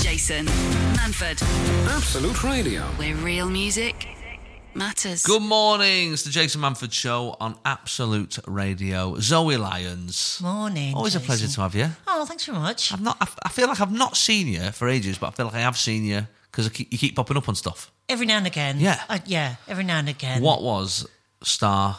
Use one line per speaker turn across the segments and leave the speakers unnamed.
Jason Manford,
Absolute Radio.
where real music matters.
Good morning. It's the Jason Manford Show on Absolute Radio. Zoe Lyons.
Morning.
Always a
Jason.
pleasure to have you.
Oh, thanks very much.
I've not. I, I feel like I've not seen you for ages, but I feel like I have seen you because keep, you keep popping up on stuff.
Every now and again.
Yeah.
I, yeah. Every now and again.
What was Star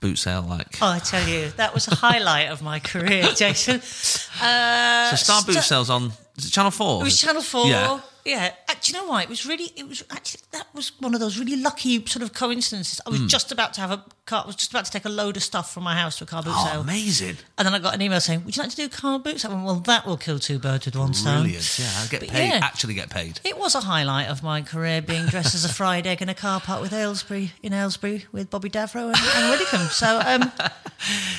Boot Sale like?
Oh, I tell you, that was a highlight of my career, Jason. Uh,
so Star Boot
sta-
Sale's on is it Channel Four.
It was Channel Four.
Yeah.
Yeah. Uh, do you know why? It was really. It was actually that was one of those really lucky sort of coincidences. I was
Hmm.
just about to have a car. I was just about to take a load of stuff from my house to a car boot
Oh,
sale,
amazing!
and then I got an email saying, "Would you like to do car boot sale?" I went, Well, that will kill two birds with one stone.
Brilliant. Yeah, I get
But
paid.
yeah.
Actually, get paid.
It was a highlight of my career being dressed as a fried egg in a car park with Aylesbury in Aylesbury with Bobby Davro and, and Widdicombe. So um,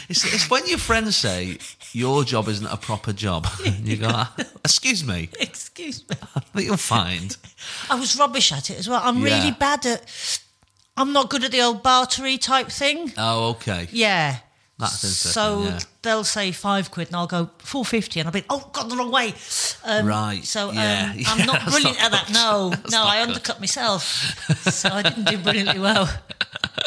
It's, it's when your friends say your job isn't a proper job, and you go, "Ah, "Excuse me,
excuse me,
I think you'll find."
I was rubbish at it as well. I'm
Yeah.
really bad at. I'm not good at the old bartery type thing.
Oh, okay.
Yeah.
That's interesting,
So
yeah.
they'll say five quid, and I'll go four fifty, and I'll be oh god the wrong way. Um,
Right,
So um,
yeah, yeah,
I'm not
that's
brilliant
not
at that.
good.
No, no,
not
I
good.
undercut myself, so I didn't do brilliantly well.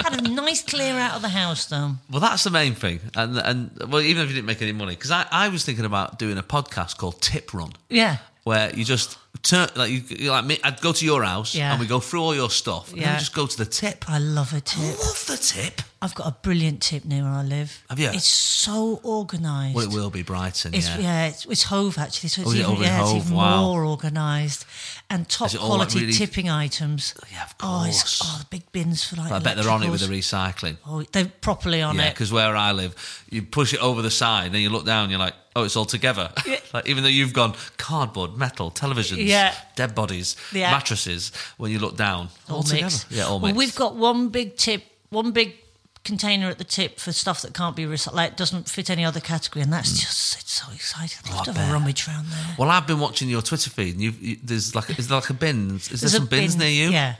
Had a nice clear out of the house though.
Well, that's the main thing, and and well, even if you didn't make any money, because I, I was thinking about doing a podcast called Tip Run,
Yeah.
where you just turn like you you're like me. I'd go to your house
Yeah.
and we go through all your stuff, and then
Yeah.
we just go to the tip. I
I love a tip.
love the tip.
I've got a brilliant tip near where I live.
Have you?
It's so organised.
Well, it will be Brighton,
It's,
yeah.
yeah. it's, it's Hove actually, so it's
Oh, is it
even,
over in
yeah, it's
Hove?
even
Wow.
more organised and top
Is it all, like,
quality
really-
tipping items.
Yeah, of
Oh,
course.
it's, oh, the big bins for like.
I bet they're on it with the
electricals.
recycling.
Oh, they're properly on
Yeah,
it.
because where I live, you push it over the side, then you look down, you're like, oh, it's all together. like, even though you've gone cardboard, metal, televisions,
Yeah.
dead bodies,
Yeah.
mattresses, when you look down, all, together.
mixed.
Yeah, all
Well,
mixed.
we've got one big tip, one big container at the tip for stuff that can't be recycled, like doesn't fit any other category, and that's just it's so exciting. I'd love
Mm. Oh, I
to have
bet.
a rummage round there.
Well, I've been watching your Twitter feed, and you've, you, there's like, is there like a bin? Is there
There's a
some bins
bin,
near you?
yeah.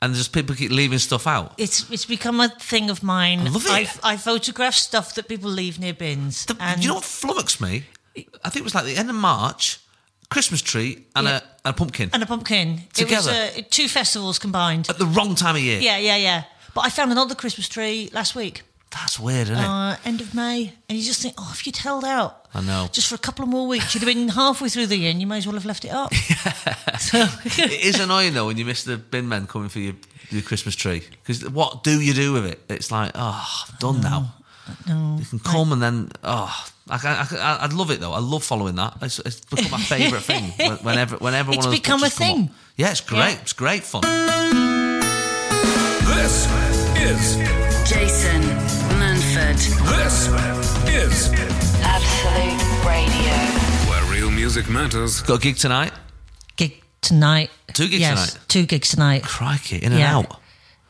And just people keep leaving stuff out.
It's it's become a thing of mine. I
love it.
I, photograph stuff that people leave near bins.
The-
and
you know what flummoxed me? I think it was like the end of March, Christmas tree and
Yeah.
a, and a pumpkin
and a pumpkin.
Together. Uh,
It was uh, two festivals combined.
at the wrong time of year.
Yeah, yeah, yeah. But I found another Christmas tree last week,
That's weird, isn't it?
uh, end of May, and you just think, oh, if you'd held out,
I know.
just for a couple of more weeks, you'd have been halfway through the year, and you may as well have left it up. So
it is annoying though when you miss the bin men coming for your, your Christmas tree because what do you do with it? It's like oh, I've done now. You can come and then oh, I, can, I, can- I would love it though. I love following that. It's, it's become my favourite thing. when- Whenever, whenever one
It's
of those
become a
pictures come up.
thing.
Yeah, it's great.
Yeah.
It's great fun.
This is
Jason Manford,
this is
Absolute Radio.
where real music matters.
Got a gig tonight.
gig tonight.
Two gigs
yes,
tonight?
Two gigs tonight.
Crikey, in
Yeah.
and out.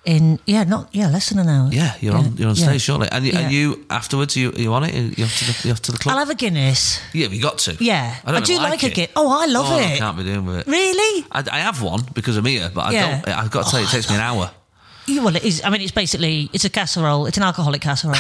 In yeah, not yeah, less than an hour.
Yeah, you're on. You're on
yeah.
stage shortly. And, you
Yeah.
and you afterwards, you you on it. You off to the, you off to the club.
I'll have a Guinness.
yeah, we got to.
Yeah,
I, don't
do
like,
like, a
it.
Guinness. Oh, I love
Oh,
it.
I can't be doing with it.
Really?
I, I have one because I'm here, but I
Yeah. Oh,
don't. I've got to tell you, it takes me an hour.
Yeah, well, it is. I mean, it's basically it's a casserole. It's an alcoholic casserole,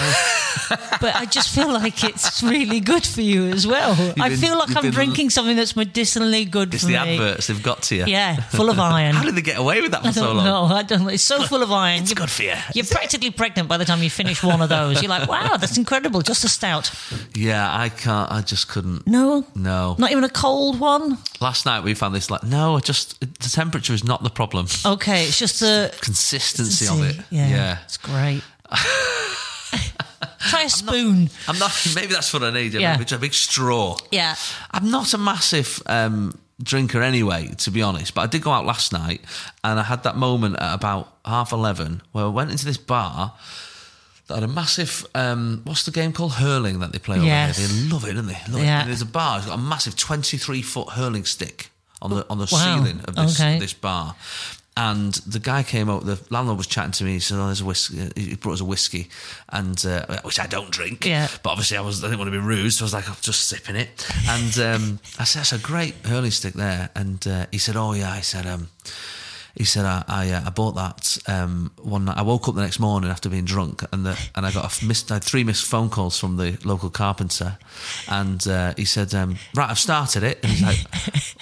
but I just feel like it's really good for you as well. I
been-
feel like
you've
I'm
been-
drinking something that's medicinally good
It's
for
the
me.
adverts they've got to you.
Yeah, full of iron.
How did they get away with that for
I
so
don't
long?
know. I don't. know. It's so full of iron.
It's
You're-
good for you.
You're practically pregnant by the time you finish one of those. You're like, wow, that's incredible. Just a stout.
Yeah, I can't. I just couldn't.
No,
No.
not even a cold one.
Last night we found this like no, I just the temperature is not the problem.
Okay, it's just the
Consistency of it.
Yeah,
yeah.
it's great. Try a spoon.
I'm not. Maybe that's what I need. Yeah.
Yeah.
Maybe just a big straw.
yeah.
I'm not a massive um, drinker anyway, to be honest. But I did go out last night, and I had that moment at about half eleven where I went into this bar that had a massive um, what's the game called hurling that they play over
Yes.
here. They love it, don't they? Love it.
Yeah.
And there's a bar. It's got a massive twenty-three foot hurling stick on the on the
Wow.
ceiling of this
Okay.
this bar. And the guy came out. The landlord was chatting to me. He said, "Oh, there's a whiskey." He brought us a whiskey, and uh, which I don't drink.
Yeah.
But obviously, I was I didn't want to be rude, so I was like, I'm just sipping it. And um, I said, that's a great hurling stick there. And uh, he said, oh yeah. I said, um, He said, I, I, uh, I bought that um, one night. I woke up the next morning after being drunk and the, and I got a f- missed, I had three missed phone calls from the local carpenter. And uh, he said, um, Right, I've started it. And he's like,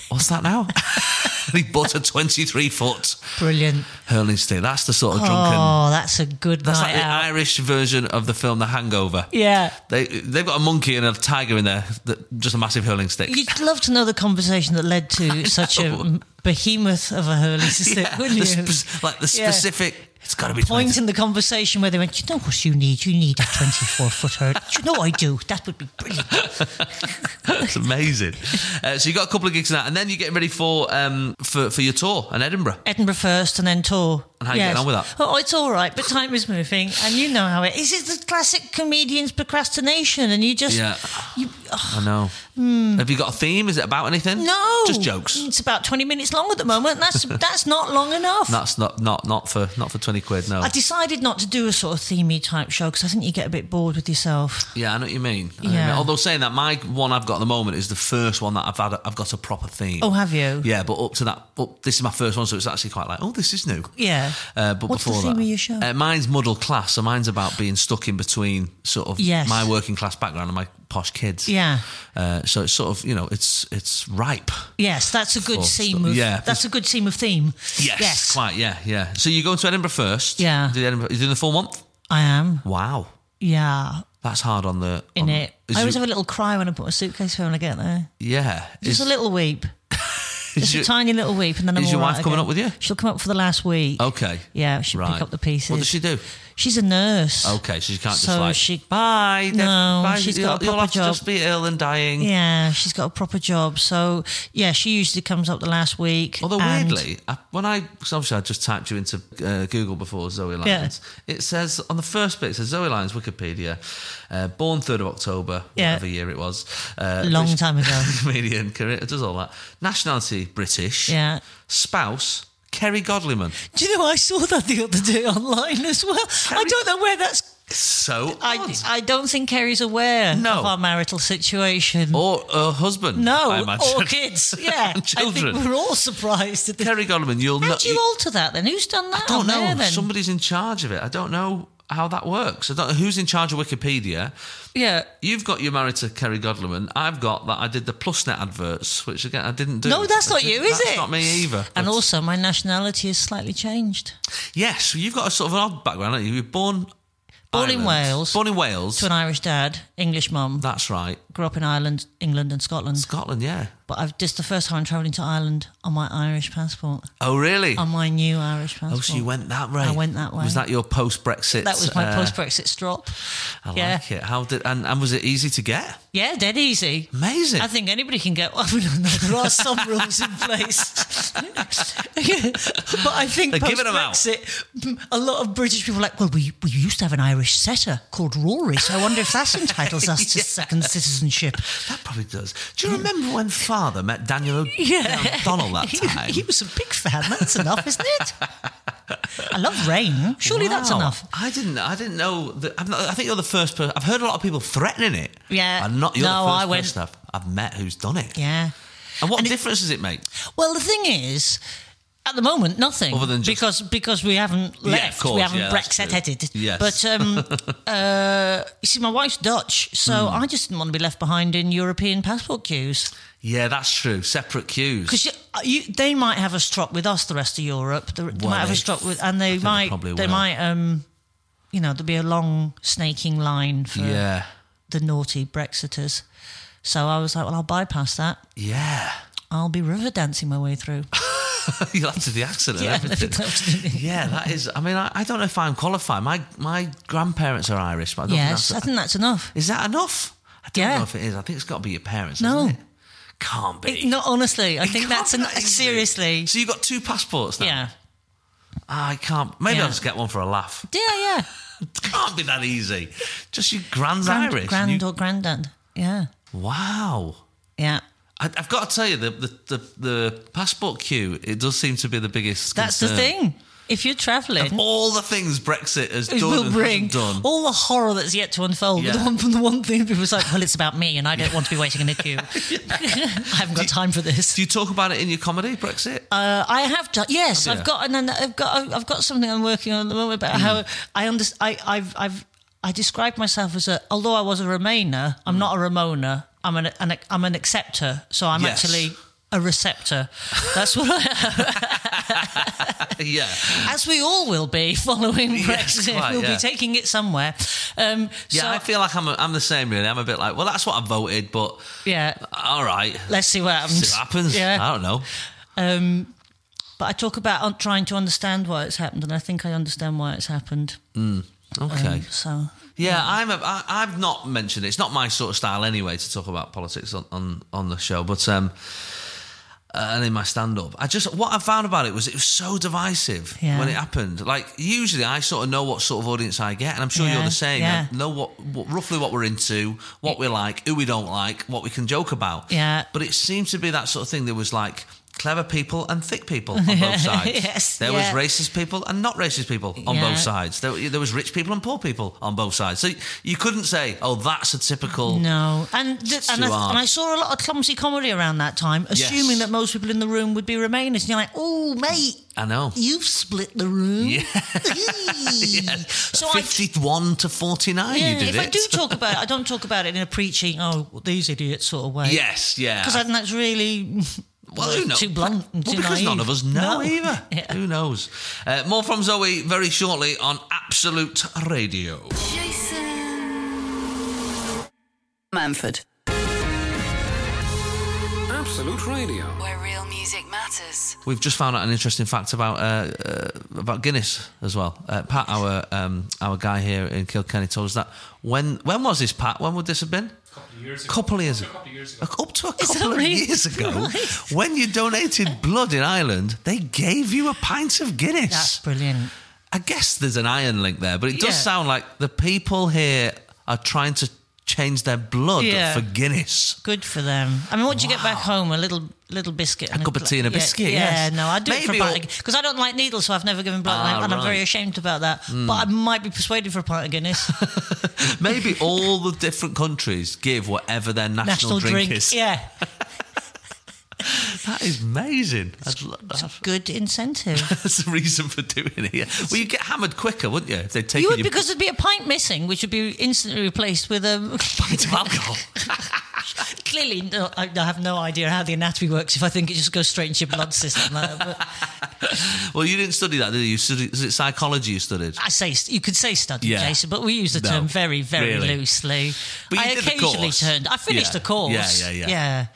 What's that now? and he bought a 23 foot
Brilliant.
hurling stick. That's the sort of drunken.
Oh, that's a good
That's
night
like the
out.
Irish version of the film The Hangover.
yeah.
They they've got a monkey and a tiger in there, that, just a massive hurling stick.
You'd love to know the conversation that led to such a behemoth of a hurley stick,
Yeah,
wouldn't
the
you?
spe- like the
Yeah.
specific. It's got to be
Point
20.
in the conversation where they went, you know what you need? You need a 24 foot hurl. You know I do. That would be brilliant.
It's amazing. Uh, so you got a couple of gigs in that, and then you're getting ready for um for, for your tour in Edinburgh.
Edinburgh first and then tour.
And how you getting on with that?
Oh, it's all right, but time is moving, and you know how it is. It's the classic comedian's procrastination, and you just
Yeah.
you, oh,
I know. Have you got a theme? Is it about anything?
no
just jokes.
It's about twenty minutes long at the moment. and That's that's not long enough.
That's not not not for not for twenty quid. No.
I decided not to do a sort of themey type show because I think you get a bit bored with yourself.
yeah, I know what you mean. I know what you
Yeah.
mean. Although saying that, my one I've got at the moment is the first one that I've had. I've got a proper theme.
Oh, have you?
Yeah, but up to that, up, this is my first one, so it's actually quite like, oh, this is new.
Yeah.
Uh, but
What's the
before
theme
that,
of your show?
Uh, mine's muddle class, so mine's about being stuck in between sort of
Yes.
my working class background and my posh kids.
Yeah.
Uh, so it's sort of you know it's it's ripe.
Yes, that's a good
Full
seam.
stop.
Of,
Yeah.
that's a good seam of theme.
Yes, quite. Yeah, yeah. So you go to Edinburgh first.
Yeah.
Do the Edinburgh, you're doing the full month.
I am.
Wow,
Yeah,
that's hard on the
in
on-
it.
Um, is
I always
you-
have a little cry when I put my suitcase away when I get there.
yeah.
Just
is-
a little weep. Just
your-
a tiny little weep, and then I'm
is your
all
wife
right
coming
again.
up with you?
She'll come up for the last week.
Okay.
Yeah, she'll
Right.
pick up the pieces.
What does she do?
She's a nurse.
Okay, so you can't
So
just like
she-
bye. Deb,
No,
bye.
she's
you'll,
got a
you'll
proper
have to
job.
just be ill and dying.
Yeah, she's got a proper job. So yeah, she usually comes up the last week.
Although
and-
weirdly, I, when I 'cause obviously I just typed you into uh, Google before Zoe Lyons, it says on the first bit it says Zoe Lyons Wikipedia, uh, born third of October,
Yeah.
whatever year it was, uh,
Long
British
time ago.
comedian career it does all that. Nationality British.
Yeah.
Spouse Kerry Godlyman.
do you know I saw that the other day online as well? I don't know where that's.
So
I,
odd.
I don't think Kerry's aware
No.
of our marital situation.
or her husband. I
no,
imagine.
or kids. Yeah,
And
I
children.
think we're all surprised at this.
Kerry Godlyman. You'll
How
know.
do you alter that then? Who's done that?
I don't
on
know.
There, then?
Somebody's in charge of it. I don't know how that works. I don't know who's in charge of Wikipedia.
Yeah.
You've got your married to Kerry Godleman. I've got that I did the PlusNet adverts, which again I didn't do.
No, that's not
I didn't-
you, is
that's
it?
not me either.
And
But-
also, my nationality has slightly changed
yes, you've got a sort of an odd background. Aren't you? You're born
Born in
Ireland.
Wales.
Born in Wales.
to an Mm. Irish dad, English mum.
that's right.
Grew up in Ireland, England, and Scotland.
Scotland, yeah.
But I've this is the first time I'm travelling to Ireland on my Irish passport,
Oh, really?
on my new Irish passport.
oh, so you went uh, that way.
I went that way.
Was that your post Brexit?
That was my post-Brexit strop.
I
yeah.
like it. How did and, and was it easy to get?
Yeah, dead easy.
Amazing.
I think anybody can get. I mean, no, there are some rules in place, but I think
They're
post
giving 'em out.
Brexit, a lot of British people are like, well, we we used to have an Irish setter called Rory, so I wonder if that entitles us to second citizenship.
that probably does. Do you remember when Father met Daniel O'Donnell that
He-
time?
He, was a big fan. That's enough, isn't it? I love rain. Surely that's
Wow.
enough.
I didn't. I didn't know. That, I'm not, I think you're the first person. I've heard a lot of people threatening it.
Yeah.
and not you're
No,
the
I
first
went-
person I've, I've met who's done it.
Yeah.
And what
And it-
difference does it make?
Well, the thing is, at the moment, nothing.
Other than just-
because because we haven't
Yeah,
left,
of course,
we haven't
yeah, that's
Brexit headed.
true. Yes.
But um, uh, you see, my wife's Dutch, so
Hmm.
I just didn't want to be left behind in European passport queues
Yeah, that's true. Separate cues.
because you, uh, you, they might have a strop with us, the rest of Europe. They, they
Well,
might have
they-
a strop with, and
I
they
think they
might
probably
they,
will.
might um, you know, there'll be a long snaking line for
yeah,
the naughty Brexiters. So I was like, well, I'll bypass that.
yeah.
I'll be river dancing my way through.
You'll have to do the accident.
Yeah,
and everything.
absolutely.
yeah, that is. I mean, I, I don't know if I'm qualified. My my grandparents are Irish, but I don't
yes, I
think that's.
think that's enough.
is that enough? I don't
Yeah.
know if it is. I think it's got to be your parents.
No.
hasn't it? can't be.
It- no, honestly, I
It
think
can't
that's
be
an,
that easy.
seriously.
So you've got two passports now.
Yeah,
I can't. Maybe
Yeah.
I'll just get one for a laugh.
yeah, yeah.
It can't be that easy. Just your grand's
Grand,
Irish. and
grand
you-
or granddad. Yeah,
wow.
yeah.
I, I've got to tell you, the, the, the, the passport queue, it does seem to be the biggest.
That's the
concern.
thing. If you're travelling,
All the things Brexit has
it
done
will
and
bring
hasn't done.
all the horror that's yet to unfold.
Yeah.
The, one, the one thing people was like, well, it's about me, and I don't want to be waiting in the queue. I haven't got time for this.
Do you talk about it in your comedy, Brexit?
Uh, I have done. Yes,
Have you?
I've got, and then I've got, I've got something I'm working on at the moment about how
Hmm.
I understand. I, I've, I've, I describe myself as a. Although I was a Remainer, I'm
Hmm.
not a Ramona. I'm an, an, I'm an acceptor. So I'm
Yes.
actually a receptor. That's what I
yeah.
as we all will be following
Yes,
Brexit.
quite,
we'll
yeah.
be taking it somewhere. Um,
Yeah,
so,
I feel like I'm, a, I'm the same, really. I'm a bit like, well, that's what I voted, but
yeah.
all right.
Let's see what
See
happens.
what happens. I
Yeah.
don't know.
Um, but I talk about un- trying to understand why it's happened, and I think I understand why it's happened.
Okay.
Um, so
Yeah, I'm.
Hmm.
A, I, I've not mentioned it. It's not my sort of style anyway to talk about politics on on, on the show, but um, uh, and in my stand up, I just what I found about it was it was so divisive
Yeah.
when it happened. Like usually, I sort of know what sort of audience I get, and I'm sure you're
Yeah,
the same.
yeah.
I know what, what roughly what we're into, what we like, who we don't like, what we can joke about.
Yeah.
but it seemed to be that sort of thing. There was like. Clever people and thick people on both sides.
Yes,
there
yeah.
was racist people and not racist people on
Yeah.
both sides. There, there was rich people and poor people on both sides. So you couldn't say, "Oh, that's a typical."
no, and th-
It's
and,
too
I,
hard.
and I saw a lot of clumsy comedy around that time, assuming that most people in the room would be Remainers. And you're like, oh, mate,
I know.
you've split the room.
Yeah.
So I
Fifty-one to forty-nine. you
Yeah,
did
if
it.
I do talk about it, I don't talk about it in a preaching, oh, well, these idiots sort of way.
yes, yeah.
Because I think that's really
Well, who knows?
too blunt and
Well,
too
because
naive.
none of us know
No.
either.
Yeah.
Who knows? Uh, more from Zoe very shortly on Absolute Radio.
Jason Manford.
Absolute Radio.
Where real music matters.
We've just found out an interesting fact about uh, uh, about Guinness as well. Uh, Pat, our um, our guy here in Kilkenny, told us that when when was this? Pat, when would this have been?
couple of years ago.
couple of years
Up to a
ago.
couple of years ago.
Up to a
Is
couple
that
of
right?
years ago,
Right.
when you donated blood in Ireland, they gave you a pint of Guinness.
That's brilliant.
I guess there's an iron link there, but it does
Yeah.
sound like the people here are trying to change their blood
Yeah.
for Guinness.
Good for them. I mean, what do you get back
Wow.
home? A little little biscuit, and
cup of
gla-
tea and a
yeah,
biscuit,
Yeah,
yes.
no, I do it for
Maybe
a
all-
because I don't like needles, so I've never given blood,
Ah,
and, I, and I'm very
right.
ashamed about that. But I might be persuaded for a pint of Guinness.
Maybe all the different countries give whatever their national,
National
drink,
drink,
is.
yeah,
That is amazing. I'd lo-
it's a good incentive.
That's the reason for doing it. yeah. Well, you'd get hammered quicker, wouldn't you? If they'd taken
You would
your
because there'd be a pint missing, which would be instantly replaced with a
pint of alcohol.
Clearly, no, I, I have no idea how the anatomy works. If I think it just goes straight into your blood system, uh, but
well, you didn't study that, did you? you studied, is it psychology you studied?
I say you could say study,
Yeah.
Jason, but we use the
No,
term very, very
really.
loosely.
But you
I
did the
occasionally
course.
turned. I finished
Yeah.
the course.
Yeah, yeah, yeah.
yeah,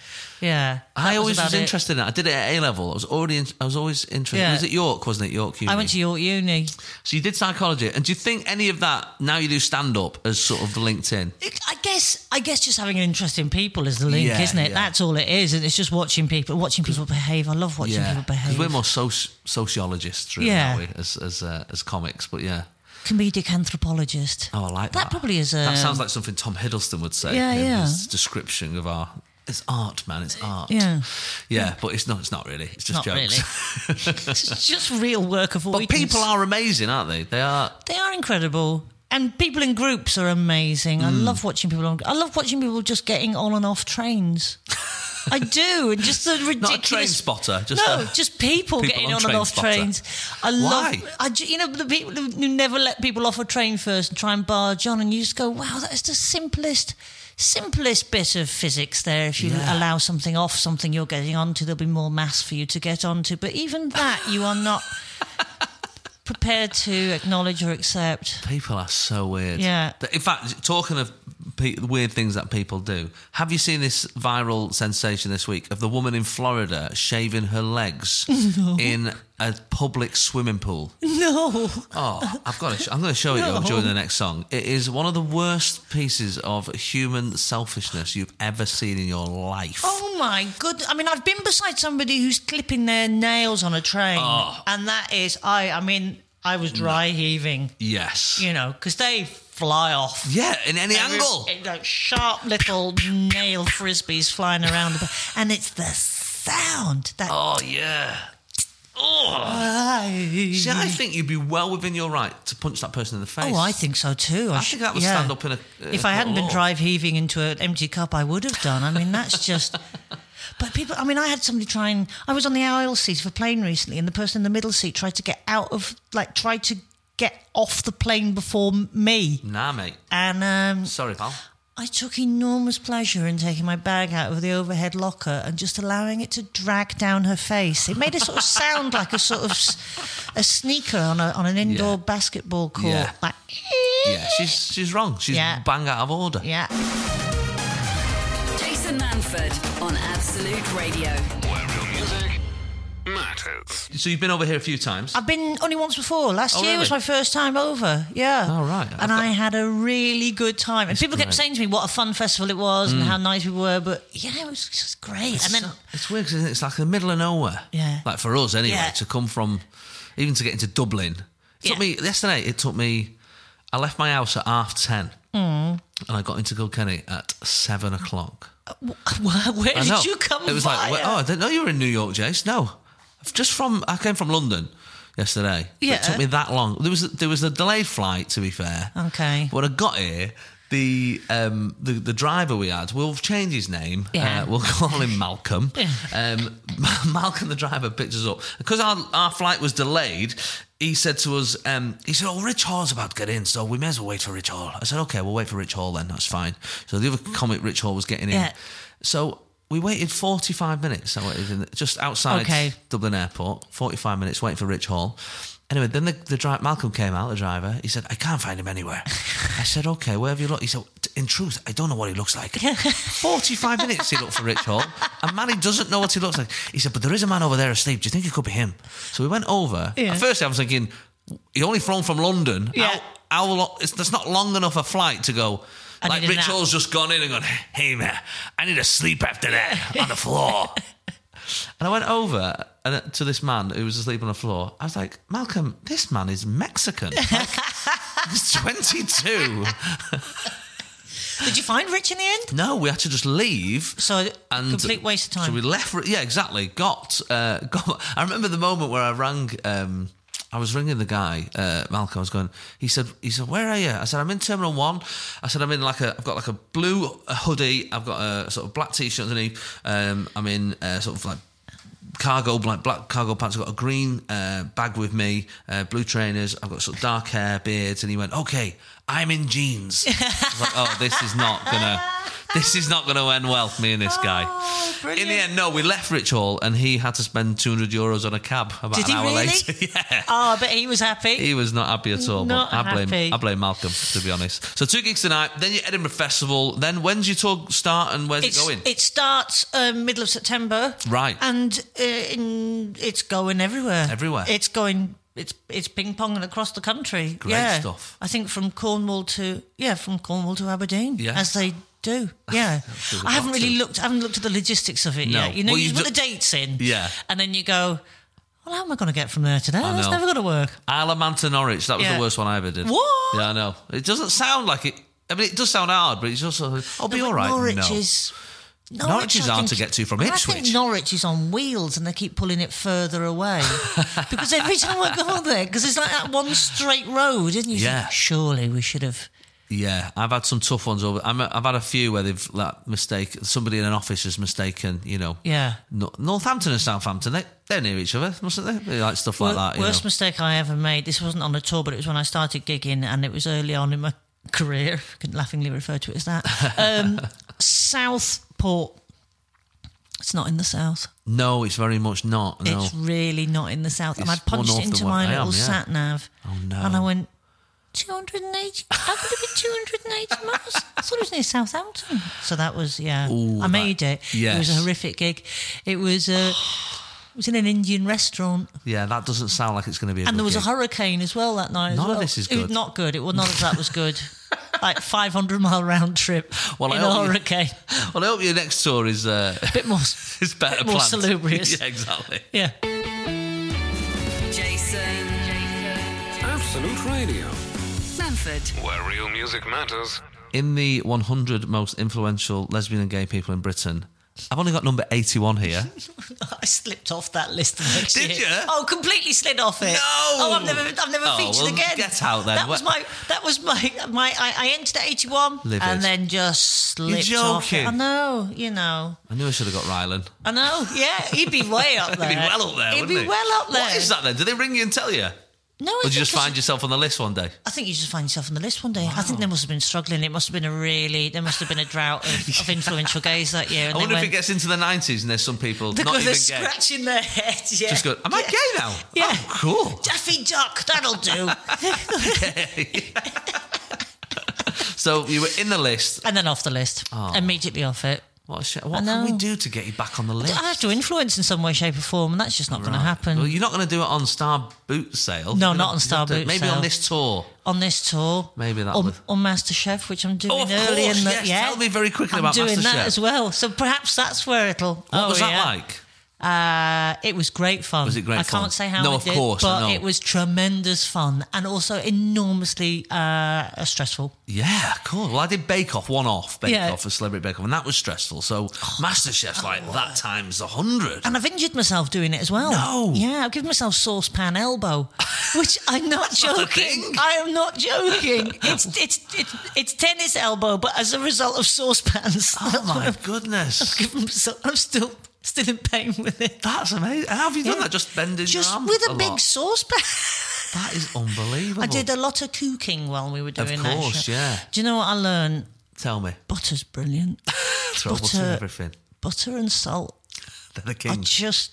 yeah. That
I always was,
about it.
interested in that. I did it at A level. I was already, in, I was always interested.
Yeah.
Was it York? Wasn't it York? Uni?
I went to York Uni.
So you did psychology, and do you think any of that now you do stand up as sort of linked in?
It- I guess, I guess, just having an interest in people is the link,
Yeah,
isn't it?
yeah.
That's all it is, and it's just watching people, watching people behave. I love watching
Yeah,
people
because
behave.
we're more soci- sociologists, really,
Yeah.
aren't we? As as uh, as comics, but yeah.
Comedic anthropologist.
Oh, I like that.
That probably is a.
that sounds like something Tom Hiddleston would say.
Yeah,
in
yeah.
His description of our. It's art, man. It's art.
Yeah.
yeah, but it's not. It's not really. It's just
Not
jokes.
it's just real work of
but
avoidance.
people are amazing, aren't they? They are.
They are incredible. And people in groups are amazing. I
Mm.
love watching people on. I love watching people just getting on and off trains. I do, and just the ridiculous.
Not a train spotter, just
no,
a-
just people,
people
getting
on
on,
train
and off
spotter.
trains. I
Why?
love. I ju- you know the people who who never let people off a train first and try and barge on, and you just go, "Wow, that is the simplest." Simplest bit of physics there. If you
Yeah.
allow something off something you're getting onto, there'll be more mass for you to get onto. But even that, you are not prepared to acknowledge or accept.
People are so weird.
Yeah.
In fact, talking of pe- weird things that people do, have you seen this viral sensation this week of the woman in Florida shaving her legs in a public swimming pool?
No.
Oh, I've got. To sh- I'm going to show it you
No.
during the next song. It is one of the worst pieces of human selfishness you've ever seen in your life.
Oh my good. I mean, I've been beside somebody who's clipping their nails on a train,
Oh.
and that is, I. I mean, I was dry heaving,
Yes.
you know, because they fly off.
Yeah, in any
They're
angle.
really- like sharp little nail frisbees flying around, the- and it's the sound that
Oh yeah. Oh. See, I think you'd be well within your right to punch that person in the face.
Oh, I think so too.
I think that would stand up in a- in
if
a
I hadn't been
court of law.
drive heaving into an empty cup, I would have done. I mean, that's just. But people, I mean, I had somebody try and I was on the aisle seat of a plane recently, and the person in the middle seat tried to get out of, like, tried to get off the plane before m- me,
Nah, mate.
and um,
Sorry, pal.
I took enormous pleasure in taking my bag out of the overhead locker and just allowing it to drag down her face. It made a sort of sound like a sort of s- a sneaker on a, on an indoor
Yeah.
basketball court.
Yeah.
Like,
Yeah, she's she's wrong. She's
Yeah.
bang out of order.
yeah.
Jason Manford on Absolute Radio.
Where real music matters.
So you've been over here a few times.
I've been only once before. Last
Oh,
year was
really?
my first time over. Yeah.
Oh, right. I've
And
got-
I had a really good time. And people kept
great.
saying to me what a fun festival it was and how nice we were. But yeah, it was just great. and then.
So- it's weird because it's like the middle of nowhere.
Yeah.
Like for us anyway,
Yeah.
to come from, even to get into Dublin. It
Yeah.
took me yesterday. It took me. I left my house at half ten,
Mm.
and I got into Kilkenny at seven o'clock.
uh, Where
I know.
did you come
It was like,
via?
well, oh, I didn't know you were in New York, Jace. No, I've just from I came from London yesterday. But
Yeah.
it took me that long. There was there was a delayed flight, to be fair.
Okay.
When I got here, the um the, the driver we had, we'll change his name.
Yeah.
Uh, we'll call him Malcolm. um, Malcolm, the driver, picked us up because our our flight was delayed. He said to us, um, he said, Oh, Rich Hall's about to get in, so we may as well wait for Rich Hall. I said, Okay, we'll wait for Rich Hall then, that's fine. So the other comic Rich Hall was getting in.
Yeah.
So we waited 45 minutes. I waited in, just outside
Okay.
Dublin Airport, 45 minutes waiting for Rich Hall. Anyway, then the, the dri- Malcolm came out, the driver. He said, I can't find him anywhere. I said, okay, where have you looked? He said, "T- in truth, I don't know what he looks like. 45 minutes he looked for Rich Hall. A man he doesn't know what he looks like. He said, but there is a man over there asleep. Do you think it could be him? So we went over.
Yeah.
At first I was thinking, he only flown from London.
Yeah.
How, how long? It's, that's not long enough a flight to go.
I
like
need a
Rich
nap.
Hall's just gone in and gone, hey man, I need to sleep after that on the floor. and I went over and uh, to this man who was asleep on the floor. I was like, Malcolm, this man is Mexican. Like, he's 22.
Did you find Rich in the end?
No, we had to just leave.
So,
And
complete waste of time.
So we left. Yeah, exactly. Got, uh, got. I remember the moment where I rang. Um, I was ringing the guy, uh, Malcolm. I was going. He said, "He said, where are you?" I said, "I'm in Terminal One." I said, "I'm in like a. I've got like a blue hoodie. I've got a sort of black t-shirt underneath. Um, I'm in uh, sort of like." Cargo, like black cargo pants. I've got a green uh, bag with me, uh, blue trainers. I've got sort of dark hair, beards, and he went, "Okay, I'm in jeans." I was like, "Oh, this is not gonna, this is not gonna end well for me and this guy."
Oh,
In
brilliant.
the end, no, we left Rich Hall and he had to spend 200 euros on a cab about
Did
an
he
hour
really?
later. yeah.
Oh, but he was happy.
He was not happy at all. but
Not
I blame
happy.
I blame Malcolm to be honest. So two gigs tonight, then your Edinburgh Festival. Then when's your tour start and where's
It's-
it going?
It starts um, middle of September.
Right.
And uh, in, it's going everywhere.
Everywhere.
It's going. It's it's ping ponging across the country.
Great
yeah.
stuff.
I think from Cornwall to yeah, from Cornwall to Aberdeen.
Yeah.
As they do. Yeah.
There's a
I haven't
lot
really
to-
looked. I haven't looked at the logistics of it
No.
yet. You know,
Well,
you,
you
put
do-
the dates in.
Yeah.
And then you go. Well, how am I going to get from there to there?
I
That's
know.
never going to work.
Isle of Man to Norwich. That was
Yeah.
the worst one I ever did.
What?
Yeah, I know. It doesn't sound like it. I mean, it does sound hard, but it's also. I'll be
No, but
all right.
Norwich
no.
is. Norwich,
Norwich is
I
hard
think-
to get to from
I mean, I
Ipswich.
think Norwich is on wheels, and they keep pulling it further away because every time I go there, because it's like that one straight road, isn't it? You
Yeah.
Think, Surely we should have.
Yeah, I've had some tough ones over. I'm, I've had a few where they've like mistake somebody in an office has mistaken. You know,
Yeah.
Nor- Northampton and Southampton. They they're near each other, mustn't they? They Like stuff like
Wor-
that. You
worst
know.
mistake I ever made. This wasn't on a tour, but it was when I started gigging, and it was early on in my career. I can laughingly refer to it as that. Um, Southport. It's not in the south.
no, it's very much not. No,
It's really not in the south. and I
It's more
punched
north
it into
than where
my
I am,
little
yeah.
sat nav.
Oh, no.
And I went, 280? How could it be 280 miles? I thought it was near Southampton. So that was, yeah. I made it. It was
yes.
a horrific gig. It was, uh, it was in an Indian restaurant.
yeah, that doesn't sound like it's going to be. A
And
good
there was
gig.
a hurricane as well that night. as
None of
well.
this is
It was
good.
not good. It was none of that was good. like 500 mile round trip
Well, I
in
hope
a
you-
hurricane.
Well, I hope your next tour is uh,
Bit more.
is better
Bit more
planned.
salubrious.
yeah, exactly.
yeah.
Jason
Absolute Radio.
Manford.
Where real music matters.
In the 100 most influential lesbian and gay people in Britain, I've only got number 81 here.
I slipped off that list the next
Did
year.
ya?
Oh, completely slid off it.
No!
Oh, I've never, I've never
Oh,
featured
well,
again.
get out then.
That was
What-
my, that was my, my. I, I entered at eighty-one,
Livid.
and then just slipped
You're
off. it.
joking.
I know, you know,
I knew I should have got Rylan.
I know. Yeah, he'd be way up there.
He'd be well up there,
He'd
wouldn't
be
he?
well up there.
What is that then? Do they ring you and tell you?
No, I
Or
think
do you just
it's-
find yourself on the list one day?
I think you just find yourself on the list one day. I think they must have been struggling. It must have been a really, there must have been a drought of, of influential gays that year. And
I
they
wonder if
went,
it gets into the 90s and there's some people
They're
not even
they're
gay.
scratching their head. Yeah.
Just go, am I
Yeah.
gay now?
Yeah.
Oh, cool.
Daffy Duck, that'll do.
So you were in the list.
and then off the list.
Oh.
Immediately off it.
What, a sh- what
know.
can we do to get you back on the list?
I have to influence in some way, shape, or form, and that's just not going to happen.
Well, you're not going to do it on Star Boot Sale.
No,
You're
not
gonna-
on Star
you're gonna do it
Boot
Maybe
Sale.
on this tour.
on this tour.
Maybe that
on,
would-
on MasterChef, which I'm doing
Oh, of
early
course,
in the
yes.
yeah.
Tell me very quickly
I'm
about
doing
MasterChef.
that as well. So perhaps that's where it'll. What
What was that like?
Uh, it was great fun.
Was it great
I
fun?
can't say how.
No,
we
of
did,
course, I
but
know.
it was tremendous fun and also enormously uh, stressful.
Yeah, cool. Well, I did Bake Off, one off Bake
Yeah. Oh,
Off for Celebrity Bake Off, and that was stressful. So MasterChef's like that times a hundred.
And I've injured myself doing it as well.
No.
Yeah, I've given myself saucepan elbow, which I'm
not
not
a
joking.
thing.
I am not joking. It's, it's it's it's tennis elbow, but as a result of saucepans,
Oh my goodness,
given myself, I'm still still in pain with it.
that's amazing! How have you done
Yeah.
that? Just bending
Just
your arm
with a,
a
big
lot?
saucepan.
That is unbelievable.
I did a lot of cooking while we were doing that.
course,
show.
yeah.
Do you know what I learned?
Tell me,
Butter's brilliant.
trouble
Butter.
to everything.
Butter and salt.
They're the
I
king,
just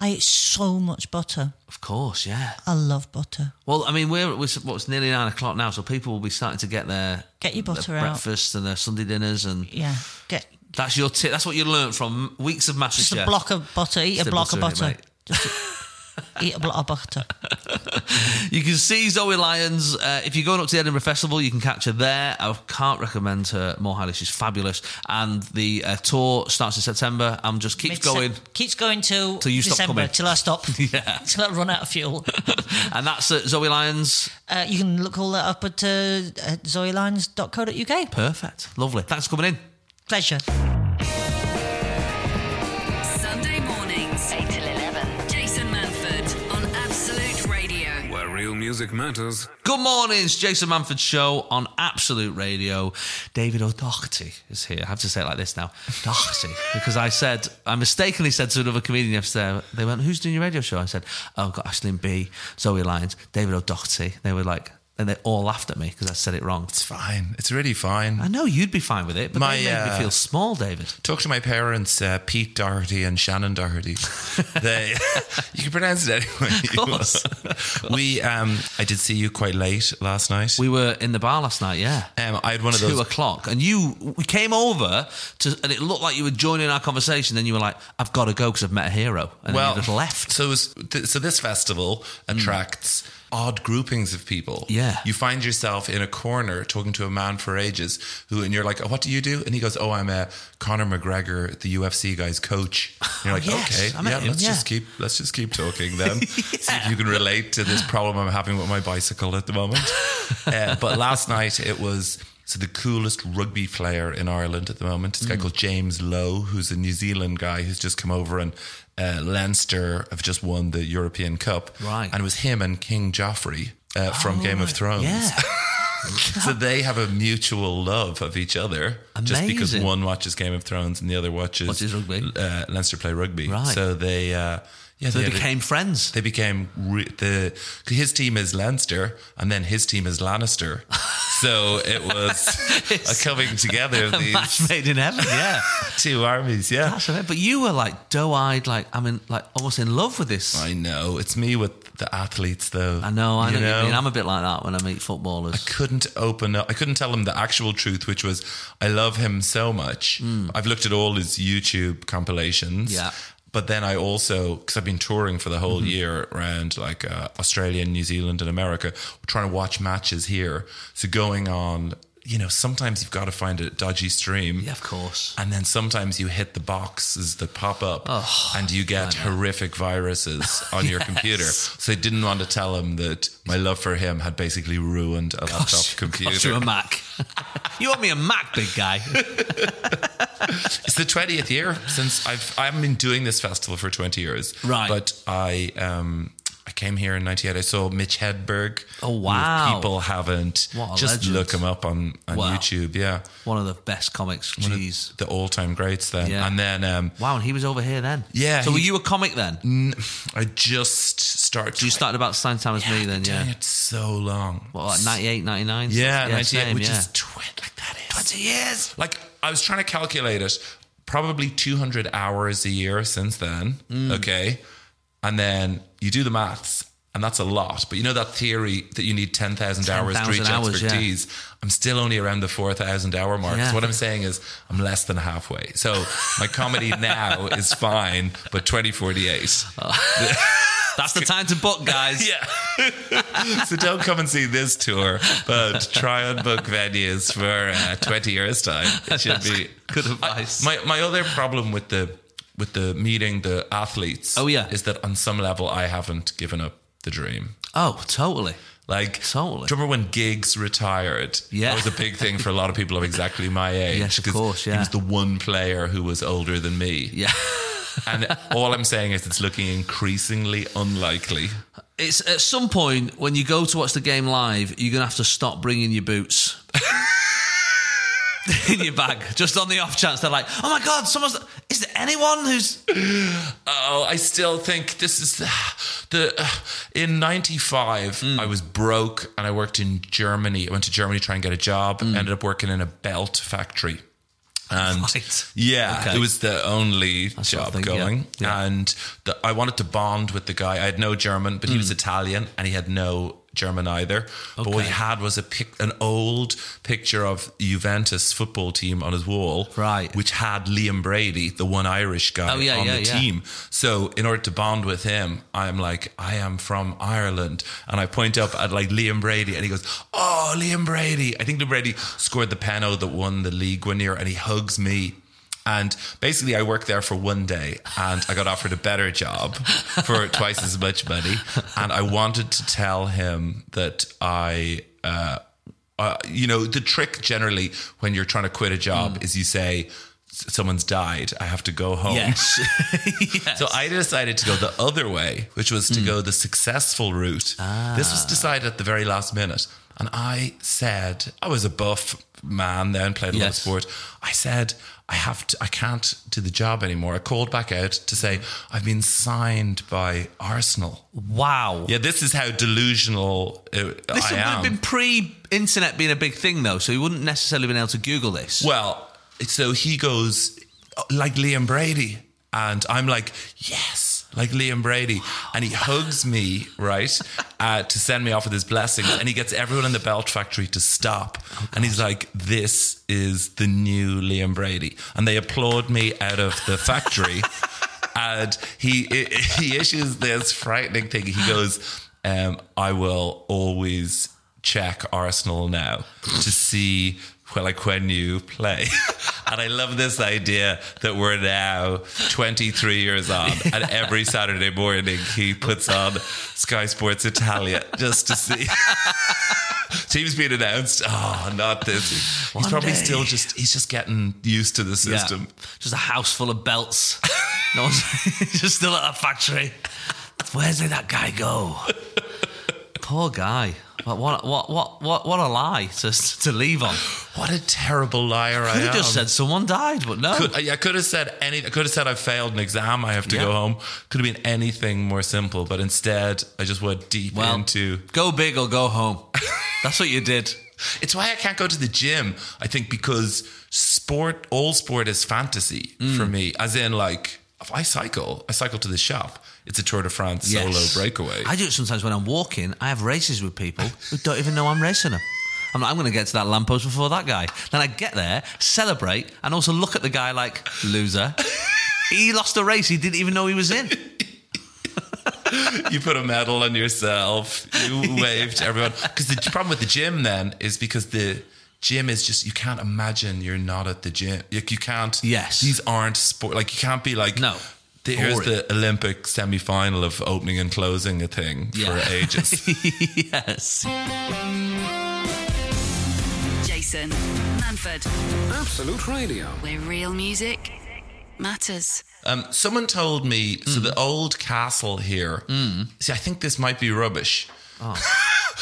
I ate so much butter.
of course. Yeah.
I love butter.
Well, I mean, we're, we're what's nearly nine o'clock now, so people will be starting to get their
Get your butter
their
out.
breakfast and their Sunday dinners, and
Yeah. Get
that's your tip. That's what you learnt from weeks of MasterChef.
just a block of butter. Eat
Just
a
a
block
butter in
of
it,
butter. Just eat a block of butter.
You can see Zoe Lyons. Uh, if you're going up to the Edinburgh Festival, you can catch her there. I can't recommend her more highly. She's fabulous. And the uh, tour starts in September and just keeps
Mid-
going.
Keeps going till,
Till you stop
December.
coming.
Till I stop.
Yeah.
Till I run out of fuel.
and that's uh, Zoe Lyons.
Uh, you can look all that up at uh, at zoelines.co.uk.
Perfect. Lovely. Thanks for coming in.
Pleasure.
Sunday mornings,
8 till 11.
Jason Manford on Absolute Radio.
Where real music matters.
Good morning. It's Jason Manford Show on Absolute Radio. David O'Doherty is here. I have to say it like this now. Doherty. because I said, I mistakenly said to another comedian yesterday, they went, Who's doing your radio show? I said, Oh, I've got Ashlyn B, Zoe Lyons, David O'Doherty. They were like, and they all laughed at me because I said it wrong.
It's fine. It's really fine.
I know you'd be fine with it, but
My,
they made me
uh,
feel small, David.
Talk to my parents, uh, Pete Doherty and Shannon Doherty. they, you can pronounce it anyway. you
course.
want. we, um, I did see you quite late last night.
We were in the bar last night, yeah.
um, I had one of
Two
those.
o'clock, and you we came over to, and it looked like you were joining our conversation. Then you were like, "I've got to go because I've met a hero," and
well,
then you just left.
So, it was th- so this festival attracts odd groupings of people.
Yeah.
you find yourself in a corner talking to a man for ages, who, and you're like, "Oh, what do you do?" And he goes, "Oh, I'm a Conor McGregor, the UFC guy's coach." And you're like,
Oh, Yes, I
"Okay,
met
yeah,
him,
let's
yeah.
just keep let's just keep talking then. See if you can relate to this problem I'm having with my bicycle at the moment." uh, but last night it was. So the coolest rugby player in Ireland at the moment
Mm.
is a guy called James Lowe, who's a New Zealand guy who's just come over and uh, Leinster have just won the European Cup.
Right. Oh,
And it was him and King Joffrey uh, from Game of Thrones.
Yeah.
So they have a mutual love of each other just because
Amazing.
one watches Game of Thrones and the other watches,
Watches rugby.
Uh, Leinster play rugby.
Right.
So they, uh, yeah,
So they
had a-
became friends.
they became re- the 'cause his team is Leinster and then his team is Lannister. So it was a coming together of
A match
these
made in heaven. Yeah,
two armies. Yeah,
that's it. But you were like doe-eyed, like I'm in, like almost in love with this.
I know. It's me with the athletes, though.
I know. I
You
know. What you mean. I'm a bit like that when I meet footballers.
couldn't open up. I couldn't tell him the actual truth, which was I love him so much. I've looked at all his YouTube compilations.
Hmm. Yeah. Mm-hmm.
But then I also, because I've been touring for the whole year around like uh, Australia, New Zealand, and America, trying to watch matches here. So going on you know, sometimes you've got to find a dodgy stream.
Yeah, of course.
And then sometimes you hit the boxes that pop up
Oh,
and you get horrific viruses on your computer. So I didn't want to tell him that my love for him had basically ruined a laptop
Got you
computer.
a Mac. you want me a Mac, big guy?
It's the 20th year since I've I've been doing this festival for 20 years.
Right.
But I um I came here in 98. I saw Mitch Hedberg.
Oh,
who if
wow.
people haven't
What a
just
legend.
look him up on, on
Wow.
YouTube. Yeah.
One of the best comics. Jeez.
The all-time greats then.
Yeah.
And then um
Wow, and he was over here then.
Yeah,
So
he-
were you a comic then?
I just started
You started about the same time as me then,
doing
yeah.
it so long.
What, like 98, 99?
Yeah, 98,
same,
which
yeah.
is twi- like that is
20 years.
like I was trying to calculate it, probably 200 hours a year since then.
Mm.
Okay. And then you do the maths, and that's a lot. But you know that theory that you need 10,000 hours to
10,000
reach
hours, yeah.
expertise? I'm still only around the 4,000 hour mark.
Yeah.
So what I'm saying is I'm less than halfway. So my comedy now is fine, but 2048.
That's the time to book, guys.
Yeah. so don't come and see this tour, but try and book venues for uh, 20 years' time. It should be
Good advice.
my my other problem with the with the meeting the athletes
Oh, yeah.
is that on some level I haven't given up the dream.
oh, totally.
Like
Totally.
do you remember when gigs retired?
Yeah.
That was a big thing for a lot of people of exactly my age.
Yes, of
'cause
course,
He
yeah.
was the one player who was older than me.
Yeah.
And all I'm saying is it's looking increasingly unlikely.
It's at some point when you go to watch the game live, you're going to have to stop bringing your boots. in your bag, just on the off chance they're like, "Oh my god, someone's is there anyone who's
Oh, I still think this is the, the uh, in 95
Mm.
I was broke and I worked in Germany. I went to Germany to try and get a job,
Mm.
ended up working in a belt factory. And
Right.
yeah,
Okay.
it was the only
what I
job
think, yeah.
going.
Yeah.
And the, I wanted to bond with the guy. I had no German, but he
Mm.
was Italian and he had no German either. But what
Okay.
he had was a pic, an old picture of the Juventus football team on his wall,
Right.
Which had Liam Brady, the one Irish guy
Oh, yeah,
on
yeah,
the
yeah.
team. So in order to bond with him, I'm like, I am from Ireland. And I point up at like Liam Brady and he goes, Oh, Liam Brady. I think Liam Brady scored the penalty that won the league one year and he hugs me. And basically, I worked there for one day and I got offered a better job for twice as much money. And I wanted to tell him that I, uh, uh, you know, the trick generally when you're trying to quit a
Mm.
job is you say, "S- someone's died, I have to go home.
yes, yes.
So I decided to go the other way, which was to go the successful route. This was decided at the very last minute. And I said, I was a buff man then, played a lot of
Yes.
sport. I said, I have to, I can't do the job anymore. I called back out to say, I've been signed by Arsenal.
wow,
Yeah, this is how delusional uh,
This
I
would
am.
have been pre-internet being a big thing, though, so you wouldn't necessarily been able to Google this.
Well, so he goes like Liam Brady, and I'm like, yes, like Liam Brady, and he hugs me right uh, to send me off with his blessings, and he gets everyone in the belt factory to stop, and he's like, this is the new Liam Brady, and they applaud me out of the factory. and he he issues this frightening thing. He goes, um, "I will always check Arsenal now to see." Well, like when you play, and I love this idea that we're now 23 years on, and every Saturday morning he puts on Sky Sports Italia just to see teams being announced. Oh, not this! he's probably
day.
still just he's just getting used to the
Yeah.
system.
Just a house full of belts. no one's just still at that factory. Where's did that guy go? Poor guy. What what what what what, what a lie to to leave on.
What a terrible liar I
Could
am.
have just said someone died, but no.
Could- I- I could have said any. I could have said I failed an exam. I have to
Yeah.
go home. Could have been anything more simple, but instead I just went deep
well,
into.
go big or go home. That's what you did.
It's why I can't go to the gym. I think because sport, all sport is fantasy
Mm.
for me. As in, like if I cycle, I cycle to the shop. It's a Tour de France
Yes.
solo breakaway.
I do it sometimes when I'm walking. I have races with people who don't even know I'm racing them. I'm like, I'm going to get to that lamppost before that guy. Then I get there, celebrate, and also look at the guy like, loser. he lost a race he didn't even know he was in.
you put a medal on yourself. You wave to everyone. Because the problem with the gym then is because the Gym is just you can't imagine you're not at the gym. Like you can't.
Yes.
these aren't sport. Like you can't be like
No.
Here's
Boring.
the Olympic semi-final of opening and closing a thing
Yeah.
for ages.
yes.
Jason Manford,
Absolute Radio.
where real music matters.
Um, someone told me
Mm.
so the old castle here. See, I think this might be rubbish. Which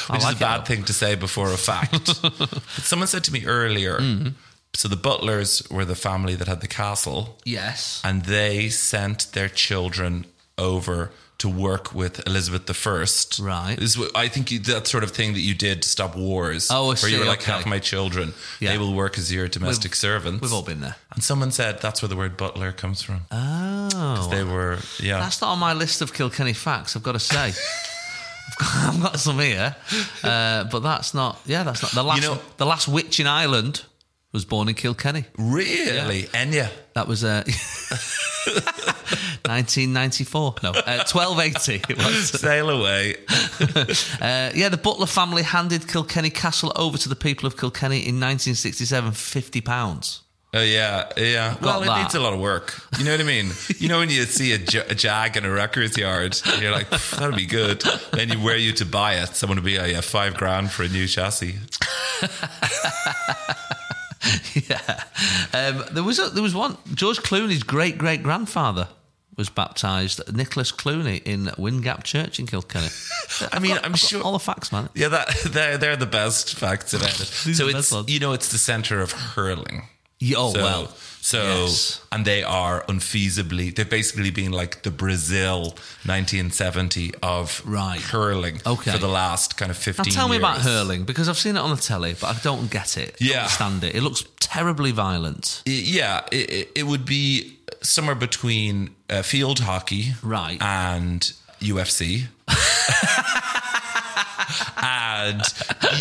Oh. like
is
it,
a bad
though.
thing to say before a fact. but someone said to me earlier.
Mm.
So the butlers were the family that had the castle.
Yes.
and they sent their children over to work with Elizabeth I.
Right.
This is what- I think you, that sort of thing that you did to stop wars.
Oh, I
Where
see,
you were like,
okay.
half my children,
Yeah.
they will work as your domestic servants.
We've all been there.
And someone said that's where the word butler comes from.
Oh.
they were, yeah.
That's not on my list of Kilkenny facts, I've got to say. I've got- I've got some here, uh, but that's not. Yeah, that's not the last.
know-
the last witch in Ireland was born in Kilkenny.
really? Enya.
That was uh, 1994. No, uh, 1280. It was.
Sail away.
Uh, yeah, the Butler family handed Kilkenny Castle over to the people of Kilkenny in 1967. Fifty pounds.
Oh yeah, yeah. Well, it
that.
needs a lot of work. You know what I mean? you know when you see a, j- a jag in a records yard, and you're like, that'd be good. Then you where you to buy it, someone would be like, yeah, five grand for a new chassis.
yeah. Um, there was a, there was one. George Clooney's great great grandfather was baptised Nicholas Clooney in Wingap Church in Kilkenny.
I mean, I'm
I've got
sure.
all the facts, man.
yeah, that they're they're the best facts about it.
These are
so
the
it's
best ones.
you know it's the center of hurling.
Yeah, oh
so,
well.
So
yes.
and they are unfeasibly they've basically been like the Brazil 1970 of
Right.
hurling
Okay.
for the last kind of 15
Now tell me about
years.
hurling because I've seen it on the telly, but I don't get it. I
Yeah.
don't understand it. It looks terribly violent.
yeah, it, it would be somewhere between uh, field hockey,
Right.
and UFC. and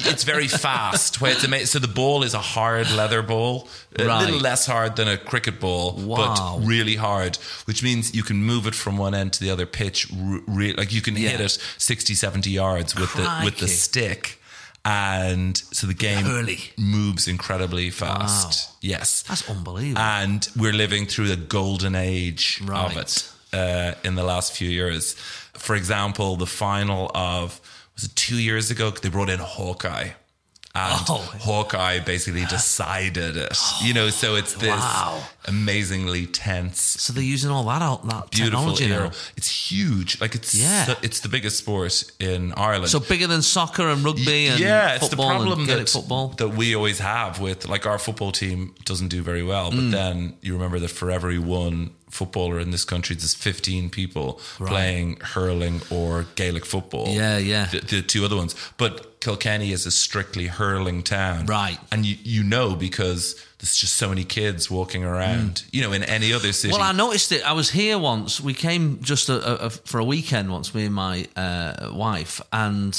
it's very fast. Where it's ama- so the ball is a hard leather ball, a
Right.
little less hard than a cricket ball,
Wow.
but really hard, which means you can move it from one end to the other pitch. Re- re- like you can hit
Yeah.
it 60, 70 yards with the with
Crikey.
the stick. And so the game
Hurley.
moves incredibly fast. Yes.
That's unbelievable.
And we're living through the golden age
Right.
of it uh, in the last few years. For example, the final of was it two years ago? They brought in Hawkeye. And
Oh.
Hawkeye basically decided it. You know, so it's this
Wow.
amazingly tense,
so they're using all that all that
beautiful
technology
era.
now.
It's huge. Like it's
Yeah.
so- it's the biggest sport in Ireland.
So bigger than soccer and rugby and
yeah, it's the
football
problem
and get
that,
it football.
that we always have with like our football team doesn't do very well.
Mm.
But then you remember that for every one footballer in this country, there's 15 people playing hurling or Gaelic football.
Yeah, yeah.
The, the two other ones, but Kilkenny is a strictly hurling town,
Right.
And you you know because there's just so many kids walking around. You know, in any other city,
Mm. Well, I noticed it. I was here once. We came just a, a, a- for a weekend once, me and my uh, wife, and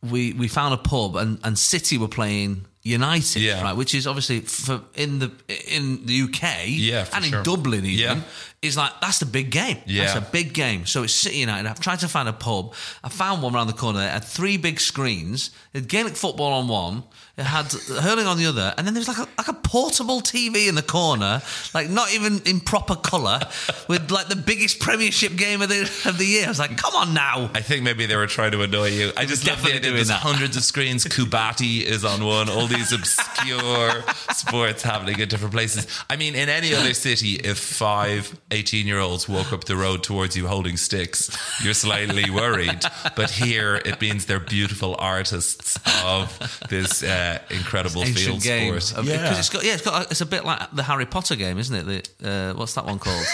we we found a pub, and, and City were playing United,
Yeah.
right, which is obviously for in the in the UK,
Yeah, for
and
sure.
in Dublin even.
Yeah.
Is like that's the big game.
Yeah.
That's a big game. So it's City United. I've tried to find a pub. I found one around the corner. It had three big screens. It had Gaelic football on one. It had hurling on the other, and then there was like a, like a portable TV in the corner, like not even in proper colour, with like the biggest Premiership game of the of the year. I was like, come on now.
I think maybe they were trying to annoy you. I just love the
Definitely
idea
doing
there's
that.
hundreds of screens. Kubati is on one. All these obscure sports happening in different places. I mean, in any other city, if five 18 year olds walk up the road towards you holding sticks, you're slightly worried. But here, it means they're beautiful artists of this uh, incredible
Ancient
field
game.
sport.
Of- Because it's got yeah, it's got it's a bit like the Harry Potter game, isn't it? The, uh, what's that one called?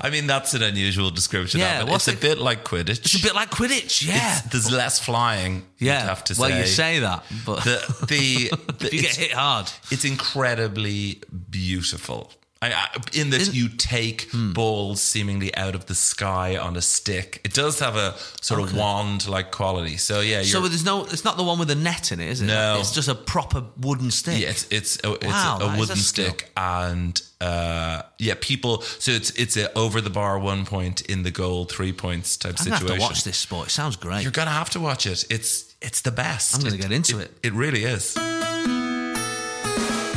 I mean, that's an unusual description
Yeah,
of it.
what's
It's a
it-
bit like Quidditch.
it's a bit like Quidditch. Yeah.
It's- there's less flying. you'd
yeah.
have to
well,
say.
you say that, but
the the,
if
the
you get
it's,
hit hard.
it's incredibly beautiful. I, I, in that
Isn't-
you take
Hmm.
balls seemingly out of the sky on a stick. It does have a sort of wand like quality. So yeah, you're,
So there's no, it's not the one with a net in it, is it?
No.
it's just a proper wooden stick.
yeah, it's it's a, it's
Wow,
a,
that is a
wooden
skill.
stick and uh, yeah, people. So it's it's a over the bar one point in the goal three points type
I'm gonna
situation.
have to watch this sport. It sounds great.
You're gonna have to watch it. It's it's the best.
I'm gonna get into it.
It really is.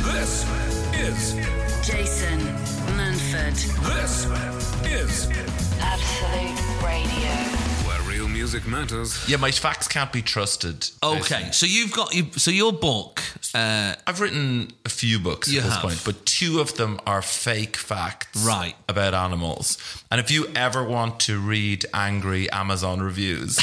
This is
Jason Manford.
this is
Absolute Radio.
where real music matters.
Yeah, my facts can't be trusted.
Okay, so you've got you. So your book. Uh,
I've written a few books
You
at this
have.
point, but two of them are fake facts
Right.
about animals. And if you ever want to read angry Amazon reviews,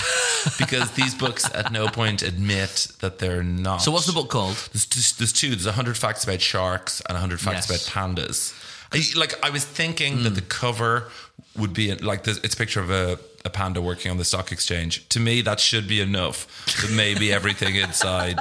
because these books at no point admit that they're not.
so what's the book called?
There's, just, there's two. There's 100 facts about sharks and 100 facts
Yes. Mm.
about pandas. I, like, I was thinking that the cover would be like this, it's a picture of a, a panda working on the stock exchange. To me, that should be enough. But maybe everything inside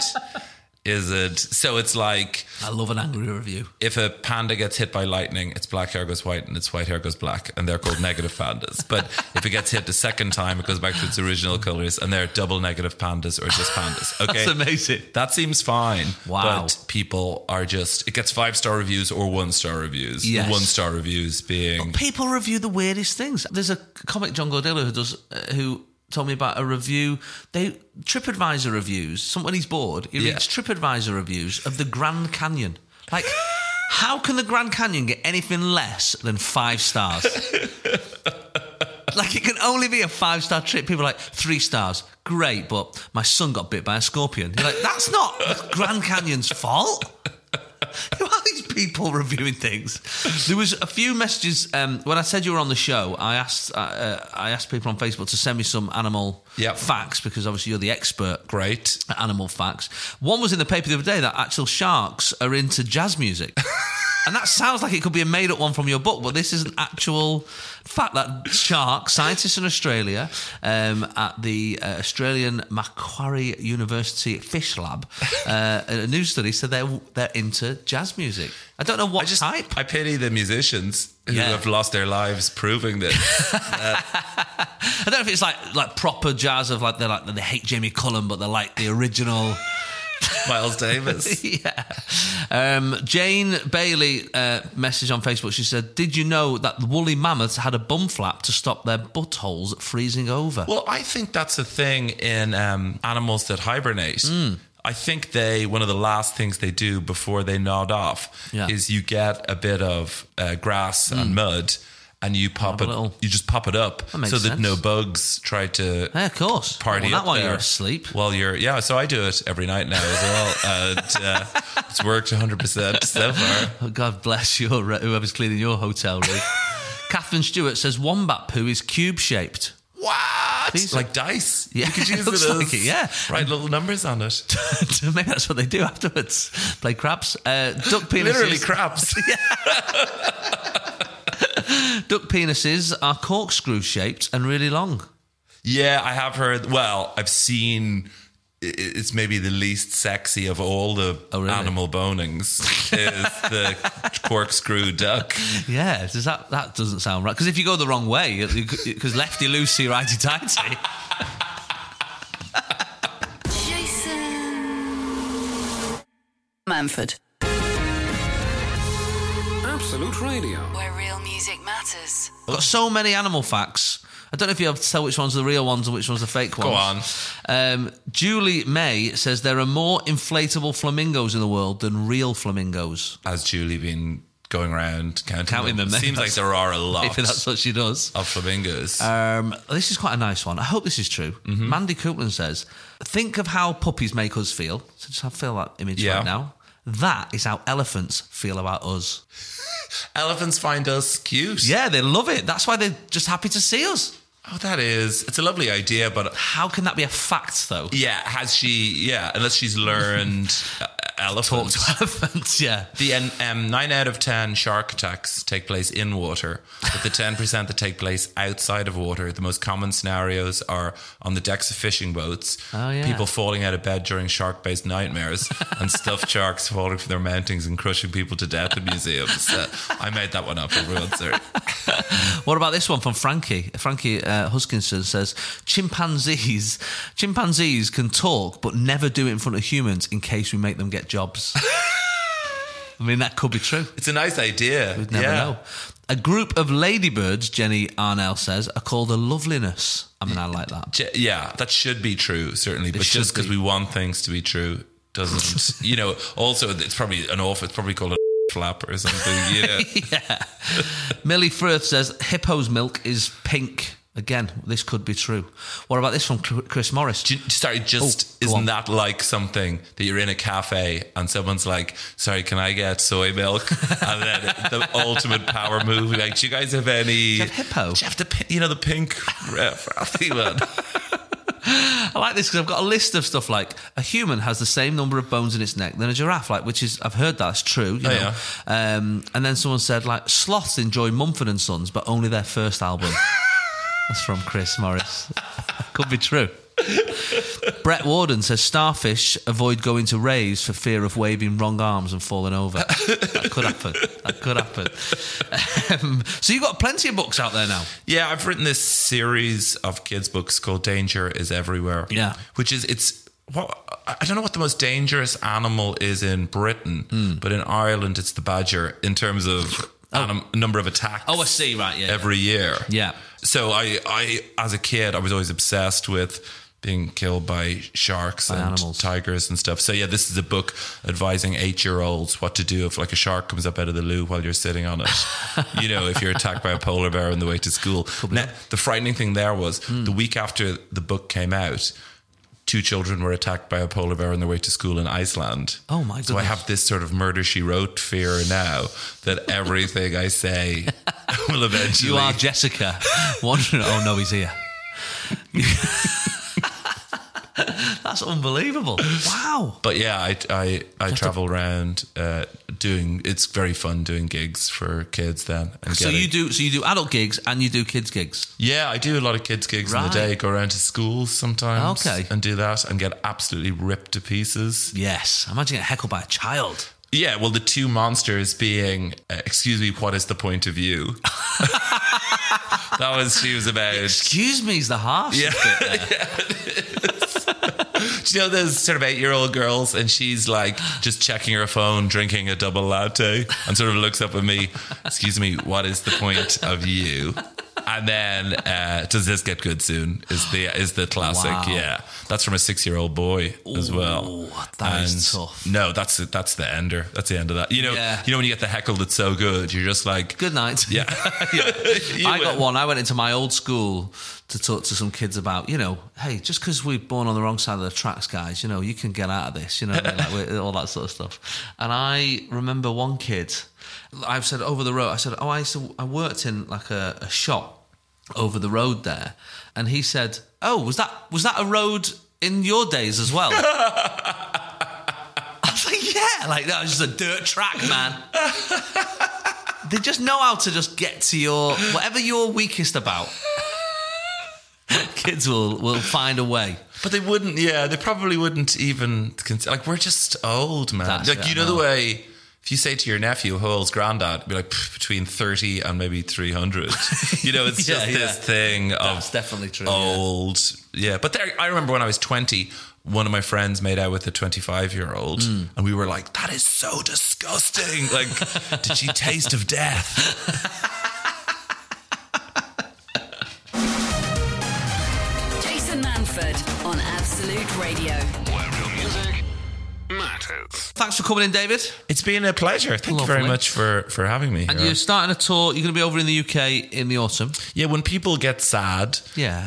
is it. So it's like
I love an angry review.
if a panda gets hit by lightning, its black hair goes white and its white hair goes black, and they're called negative pandas. But if it gets hit the second time, it goes back to its original colors, and they're double negative pandas or just pandas. Okay,
That's amazing.
That seems fine.
Wow.
But people are just it gets five star reviews or one star reviews.
Yes. Oh,
One star reviews being
People review the weirdest things. There's a comic John Gordillo who does uh, who told me about a review. They TripAdvisor reviews. Some, when he's bored, he
Yeah.
reads TripAdvisor reviews of the Grand Canyon. Like, how can the Grand Canyon get anything less than five stars? like, it can only be a five star trip. People are like three stars. Great, but my son got bit by a scorpion. You're like, that's not the Grand Canyon's fault. Who are these people reviewing things? There was a few messages um, when I said you were on the show. I asked uh, uh, I asked people on Facebook to send me some animal
Yep.
facts because obviously you're the expert
great.
at animal facts. One was in the paper the other day that actual sharks are into jazz music. And that sounds like it could be a made up one from your book, but this is an actual fact that sharks, scientists in Australia, um, at the uh, Australian Macquarie University Fish Lab, uh, a new study said they're, they're into jazz music. I don't know what type.
I pity the musicians who
Yeah.
have lost their lives proving this.
I don't know if it's like like proper jazz of like they're like they hate Jamie Cullum, but they're like the original.
Miles Davis.
yeah. Um, Jane Bailey uh, messaged on Facebook. She said, "Did you know that the woolly mammoths had a bum flap to stop their buttholes freezing over?"
Well, I think that's a thing in um, animals that hibernate.
Mm.
I think they one of the last things they do before they nod off
Yeah. Mm.
is you get a bit of uh, grass and mud, and you pop
a
it.
little-
You just pop it up
makes
so that
sense.
no bugs try to
yeah, of course.
party
Well,
up
that while
there.
you're asleep.
While you're yeah, so I do it every night now as well, and uh, it's worked 100 percent so far.
Oh, God bless your uh, whoever's cleaning your hotel room. Catherine Stewart says wombat poo is cube shaped.
What?
These
like dice?
Yeah,
you could use
it looks
it as,
like it, yeah.
Write little numbers on it.
Maybe that's what they do afterwards. Play craps. Uh, duck penises.
Literally crabs.
Duck penises are corkscrew shaped and really long.
Yeah, I have heard. Well, I've seen. i- It's maybe the least sexy of all the
Oh, really?
animal bonings. is the corkscrew duck?
Yeah, does that that doesn't sound right? Because if you go the wrong way, because lefty loosey, righty tighty.
Jason Manford.
Absolute Radio.
Where real music matters.
Got so many animal facts. I don't know if you have to tell which ones are the real ones and which ones are fake ones.
Go
Um, Julie May says there are more inflatable flamingos in the world than real flamingos.
Has Julie been going around counting,
Counting them,
Seems like
that's-
there are a lot
If that's what she does.
of flamingos.
Um, this is quite a nice one. I hope this is true.
Mm-hmm.
Mandy Copeland says, "Think of how puppies make us feel. So just have feel that image
Yeah.
right now. That is how elephants feel about us."
Elephants find us cute.
Yeah, they love it. That's why they're just happy to see us.
Oh, that is. It's a lovely idea, but
How can that be a fact, though?
yeah, has she? Yeah, unless she's learned uh, elephants.
Elephants, yeah.
The um, um, nine out of ten shark attacks take place in water, but the ten percent that take place outside of water, the most common scenarios are on the decks of fishing boats,
Oh, yeah.
people falling out of bed during shark-based nightmares, and stuffed sharks falling from their mountings and crushing people to death in museums. Uh, I made that one up. Everyone, sorry.
What about this one from Frankie? Frankie uh, Huskinson says chimpanzees chimpanzees can talk but never do it in front of humans in case we make them get jobs. I mean, that could be true.
It's a nice idea.
We'd never
yeah.
know. A group of ladybirds, Jenny Arnell says, are called a loveliness. I mean, I like that.
J- Yeah, that should be true, certainly. But
should
just because
be.
we want things to be true doesn't, you know, also it's probably an awful, it's probably called a flap or something. You know,
yeah. Millie Firth says hippo's milk is pink. Again, this could be true. What about this from Cr- Chris Morris?
Do you- sorry, just
Oh, go
isn't
on.
that like something that you're in a cafe and someone's like, "Sorry, can I get soy milk?" And then the ultimate power move, like, "Do you guys have any
you have hippo?"
Do you have the pi- you know the pink uh, frothy one?"
I like this because I've got a list of stuff like a human has the same number of bones in its neck than a giraffe, like which is I've heard that's true. You
Oh,
know? um, and then someone said like sloths enjoy Mumford and Sons, but only their first album. that's from Chris Morris. Could be true. Brett Warden says starfish avoid going to raves for fear of waving wrong arms and falling over. that could happen. That could happen. Um, so you've got plenty of books out there now.
Yeah, I've written this series of kids' books called "Danger Is Everywhere."
Yeah.
which is it's what I I don't know what the most dangerous animal is in Britain,
Hmm.
but in Ireland it's the badger in terms of anim- number of attacks.
Oh, I see. Right. Yeah.
every year.
Yeah.
So I, I, as a kid, I was always obsessed with being killed by sharks and
animals.
tigers and stuff. So yeah, this is a book advising eight-year-olds what to do if like a shark comes up out of the loo while you're sitting on it. you know, if you're attacked by a polar bear on the way to school. Now, the frightening thing there was
Hmm.
the week after the book came out. Two children were attacked by a polar bear on their way to school in Iceland.
Oh, my
So I
goodness.
have this sort of murder she wrote fear now that everything I say will eventually
You are Jessica wandering. Oh no, he's here. That's unbelievable! Wow.
but yeah, I I, I travel around uh, doing. It's very fun doing gigs for kids then. And
So
getting-
you do so you do adult gigs and you do kids gigs.
Yeah, I do a lot of kids gigs in the
Right.
day. Go around to schools sometimes.
Okay.
And do that and get absolutely ripped to pieces.
Yes, imagine getting heckled by a child.
Yeah. Well, the two monsters being, uh, excuse me, what is the point of view? that was she was about.
Excuse me, is the harsh.
Yeah. Do you know those sort of eight year old girls? And she's like just checking her phone, drinking a double latte, and sort of looks up at me, Excuse me, what is the point of you? And then, uh, does this get good soon? Is the is the classic?
Wow.
Yeah, that's from a six year old boy as well.
Ooh, that is tough.
No, that's that's the ender. That's the end of that. You know,
Yeah.
you know when you get the heckle that's so good, you're just like,
Good night.
yeah. You
I got
win.
one. I went into my old school to talk to some kids about, you know, hey, just because we're born on the wrong side of the tracks, guys, you know, you can get out of this, you know, what I mean? like we- all that sort of stuff. And I remember one kid, I've said over the road, I said, oh, I, used to, I worked in like a, a shop over the road there, and he said, oh, was that was that a road in your days as well? I was like, yeah, like that was just a dirt track, man they just know how to just get to your whatever you're weakest about. Kids will will find a way.
But they wouldn't. Yeah, they probably wouldn't even consider. Like we're just old, man.
That's
like
it,
you
I
know, the
know.
way. If you say to your nephew, Hull's granddad, be like "Pff, between thirty and maybe three hundred. You know, it's
Yeah,
just
yeah.
this thing of
That's definitely true,
Oh.
yeah.
Old, yeah. But there, I remember when I was twenty, one of my friends made out with a twenty-five-year-old,
Hmm.
and we were like, "That is so disgusting!" Like, did she taste of death?
Jason Manford on Absolute Radio.
Where real music matters.
Thanks for coming in, David.
It's been a pleasure. Thank you very
Lovely.
much for for having me.
And
here.
you're starting a tour. You're going to be over in the UK in the autumn.
yeah, when people get sad,
Yeah.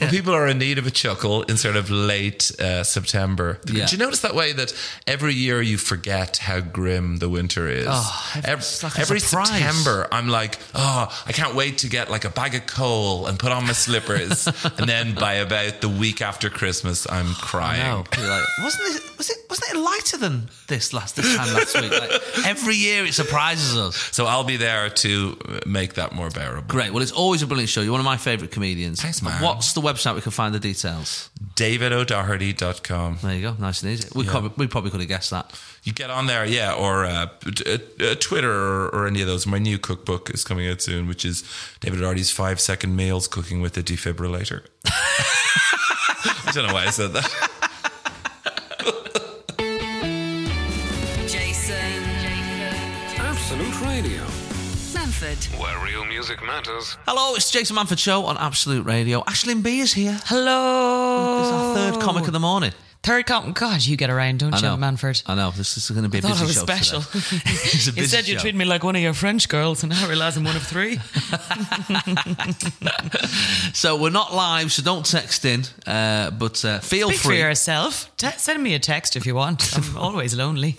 When people are in need of a chuckle in sort of late uh, September.
Yeah.
Do you notice that way that every year you forget how grim the winter is?
Oh,
Ev- every
it's like a surprise.
September, I'm like, oh, I can't wait to get like a bag of coal and put on my slippers. and then by about the week after Christmas, I'm
Oh, No,
crying.
you're like, wasn't it? Was it? Wasn't it lighter than this last this time last week? Like, every year it surprises us.
So I'll be there to make that more bearable.
Great. Well, it's always a brilliant show. You're one of my favourite comedians.
Thanks, man.
What's the website we can find the details?
DavidO'Doherty.com.
There you go. Nice and easy. We, probably, we probably could have guessed that.
You get on there, yeah, or uh, t- uh, Twitter or, or any of those. My new cookbook is coming out soon, which is David Hardy's five second meals cooking with a defibrillator. I don't know why I said that.
Jason.
Absolute Radio.
Manford.
Where real music matters.
Hello, it's the Jason Manford Show on Absolute Radio. Ashlyn B is here.
Hello.
Oh.
It's our third comic of the morning.
Third comp. God, you get around, don't
I
you,
know.
Manford?
I know. This is going to be a
thought
busy
I was
show today.
special.
It's a busy
Instead, you
show.
treat me like one of your French girls, and now I realise I'm one of three.
So we're not live, so don't text in. Uh, but uh, feel
Speak for
free
yourself. Te- send me a text if you want. I'm always lonely.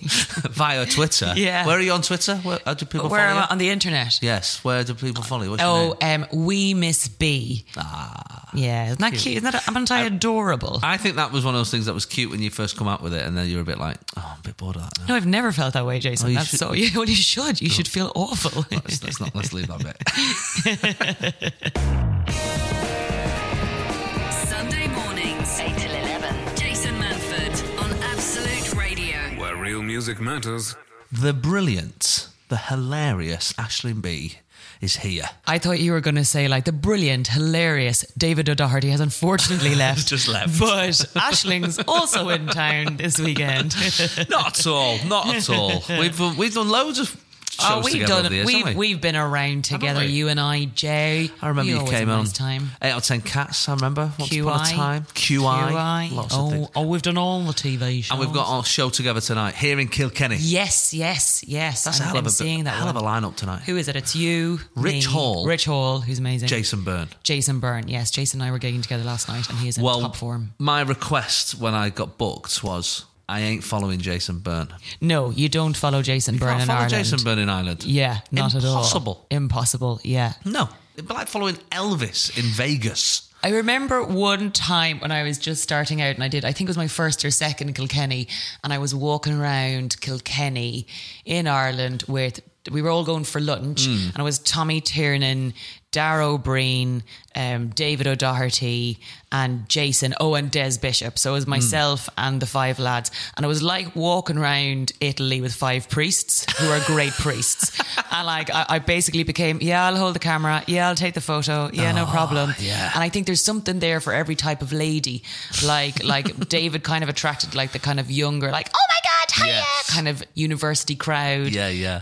via Twitter.
Yeah.
Where are you on Twitter? Where, how do people
Where
follow
am
you?
I on the internet?
yes. Where do people follow you? What's your
Oh,
name?
um, we miss B. Ah, yeah, isn't that cute? Isn't that aren't I adorable?
I think that was one of those things that was cute when you first come out with it, and then you're a bit like, oh, I'm a bit bored of that. Now.
no, I've never felt that way, Jason.
Oh, you
That's
should- Oh.
so. Yeah, well, you should. You should feel awful.
Let's, let's not. Let's leave that bit.
Sunday mornings,
8 till 11.
Jason Manford on Absolute Radio.
Where real music matters.
the brilliant, the hilarious Ashlyn B is here.
I thought you were going to say like the brilliant, hilarious David O'Doherty has unfortunately left.
Just left.
But Ashling's also in town this weekend.
Not at all. Not at all. We've um, we've done loads of shows
Oh, we've
together over the years,
we've
haven't we?
we've been around together,
we?
you and I, Jay.
I remember you,
always
came
a
on
nice time.
eight out of ten cats. I remember once upon a
QI.
time. QI,
QI.
lots
oh,
of things.
oh, we've done all the TV shows.
And we've got our show together tonight here in Kilkenny.
Yes, yes, yes.
That's a
I've
hell
been
of a
seeing that
hell
one.
of a lineup tonight.
Who is it? It's you,
Rich
me,
Hall.
Rich Hall, who's amazing.
Jason Byrne.
Jason Byrne. Yes, Jason and I were getting together last night, and he is in
Well,
top form.
my request when I got booked was I ain't following Jason Byrne.
No, you don't follow Jason Byrne
Can't
in
follow
Ireland.
Jason Byrne in Ireland.
Yeah, not at all.
Impossible.
Impossible. Yeah.
No, it'd be like following Elvis in Vegas.
I remember one time when I was just starting out, and I did, I think it was my first or second Kilkenny, and I was walking around Kilkenny in Ireland with, we were all going for lunch, and it was Tommy Tiernan, Darrow Breen, um, David O'Doherty, and Jason, oh, and Des Bishop. So it was myself and the five lads, and it was like walking around Italy with five priests who are great priests. And like, I, I basically became, yeah, I'll hold the camera, yeah, I'll take the photo, yeah, no problem.
yeah.
And I think there's something there for every type of lady. Like like David kind of attracted like the kind of younger, like, oh my god, hiya
Yes.
kind of university crowd.
Yeah, yeah.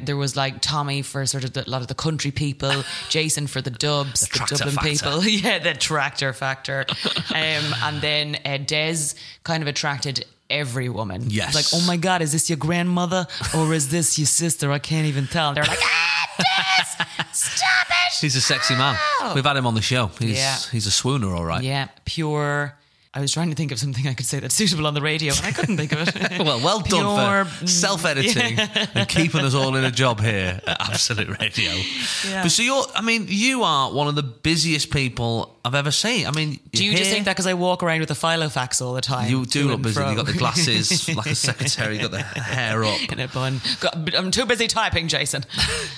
Uh, there was like Tommy for sort of the, a lot of the country people, Jason for the dubs, the,
tractor
Dublin
factor.
people, yeah, the tractor factor, um, and then uh, Des kind of attracted every woman.
Yes.
like oh my god, is this your grandmother or is this your sister? I can't even tell. They're like, ah, Des, stop it.
He's a sexy man.
Ow.
We've had him on the show. He's
Yeah.
he's a swooner, all right.
Yeah, pure. I was trying to think of something I could say that's suitable on the radio, and I couldn't think of it.
Well, well done for
Pure-
self-editing and keeping us all in a job here at Absolute Radio.
Yeah.
But so you're—I mean, you are one of the busiest people I've ever seen. I mean,
Do you
you're
just
here,
think that because I walk around with a filofax all the time?
you do
to
look
and
busy? You
fro.
got the glasses, like a secretary. You got the hair up.
in a bun. God, but I'm too busy typing, Jason.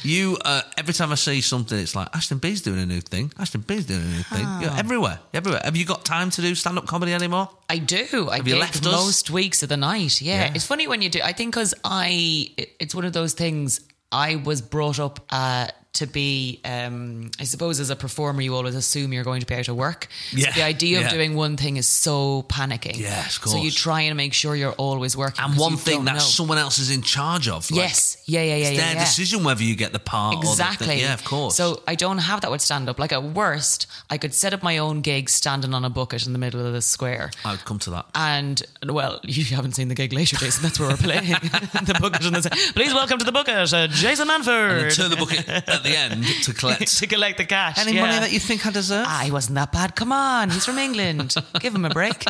You uh, every time I see something, it's like Ashton B's doing a new thing. Ashton B's doing a new thing. You're everywhere, everywhere. Have you got time to do stand-up comedy anymore?
I do. I
you
gig
left us?
most weeks of the night. Yeah.
Yeah.
it's funny when you do. I think because I, it- it's one of those things. I was brought up uh, to be. Um, I suppose as a performer, you always assume you're going to be out of work. So
Yeah.
the idea of
Yeah.
doing one thing is so panicking.
Yes, of
So you
course.
try and make sure you're always working.
And
'cause
one
you
thing
don't
that
know.
someone else is in charge of. like,
yes. Yeah. Yeah. Yeah.
It's
yeah,
their
yeah.
decision whether you get the part. Or the
Exactly.
thing. Yeah, of course.
So I don't have that with stand up. Like at worst, I could set up my own gig standing on a bucket in the middle of the square.
I would come to that.
And well, you haven't seen the gig later, Jason. That's where we're playing the bucket. And the, please welcome to the bucket, uh, Jason
and
Manford,
turn the bucket at the end to collect
to collect the cash.
any
yeah.
money that you think I deserve.
Ah, he wasn't that bad. Come on, he's from England. Give him a break.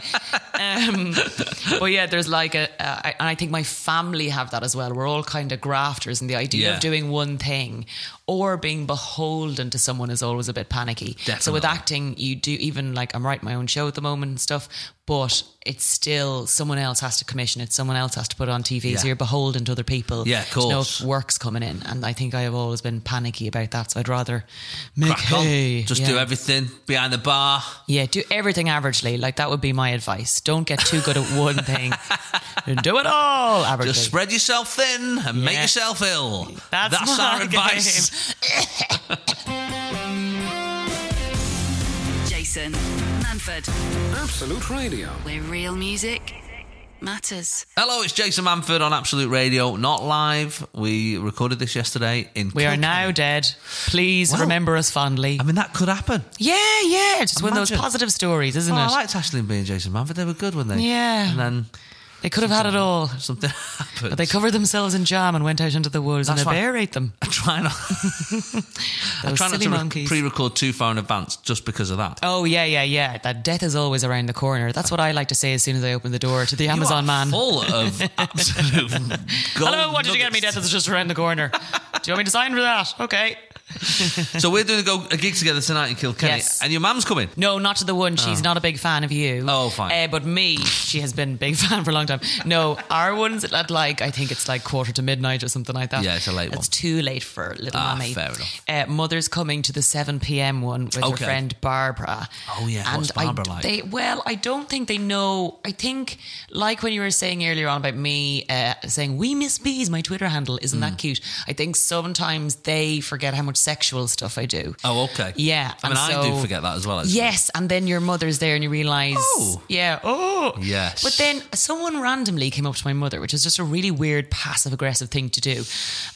Um, but yeah, there's like a, a, and I think my family have that as well. We're all kind of grafters, and the idea
Yeah.
of doing one thing or being beholden to someone is always a bit panicky. So with
Definitely.
acting, you do even like I'm writing my own show at the moment and stuff, but it's still someone else has to commission it, someone else has to put it on TV,
Yeah.
so you're beholden to other people.
Yeah, of
to know
course.
if work's coming in, and I think I have always been panicky about that. So I'd rather make
Crack on.
hay.
Just
Yeah.
do everything behind the bar.
Yeah, do everything averagely. Like that would be my advice. Don't get too good at one thing. do it all averagely.
Just spread yourself thin and make
Yeah.
yourself ill.
That's
our
my
advice.
Jason Manford,
Absolute Radio.
where real music matters.
Hello, it's Jason Manford on Absolute Radio, not live. We recorded this yesterday in.
We are
Kilkenny.
now dead. Please
Well-
remember us fondly.
I mean, that could happen.
yeah, yeah. It's just one of those
Imagine.
positive stories, isn't
Oh,
it?
I liked Ashley and being Jason Manford. They were good, weren't they?
Yeah.
And then
they could have had it all.
something happened.
But they covered themselves in jam and went out into the woods
That's
and
why-
a bear ate them.
I try not. I
Those
try not
silly
to
monkeys.
pre-record too far in advance, just because of that.
Oh yeah, yeah, yeah. That death is always around the corner. That's what I like to say as soon as I open the door to the Amazon
you are
man.
full of absolute. gold
Hello, what did you get me? Death
nuggets.
is just around the corner. Do you want me to sign for that? Okay.
So we're doing a, go- a gig together tonight in Kilkenny,
Yes.
and your mum's coming.
No, not to the one. She's not a big fan of you.
Ah. Oh, fine.
Uh, but me, she has been a big fan for a long time. No, our one's at like I think it's like quarter to midnight or something like that.
Yeah, it's a late
It's
one.
too late for little
Ah,
mommy.
fair enough.
Uh, mother's coming to the seven p.m. one with her
Okay.
friend Barbara.
Oh, yeah. What's
I-
Barbara like?
They, well, I don't think they know. I think like when you were saying earlier on about me uh, saying we miss bees, my Twitter handle isn't
Hmm.
that cute. I think sometimes they forget how much sexual stuff I do.
Oh, okay.
Yeah,
I mean,
and
I do
so-
forget that as well. Actually.
Yes, and then your mother's there, and you realise,
Oh.
yeah, oh,
Yes.
But then someone randomly came up to my mother, which is just a really weird passive aggressive thing to do,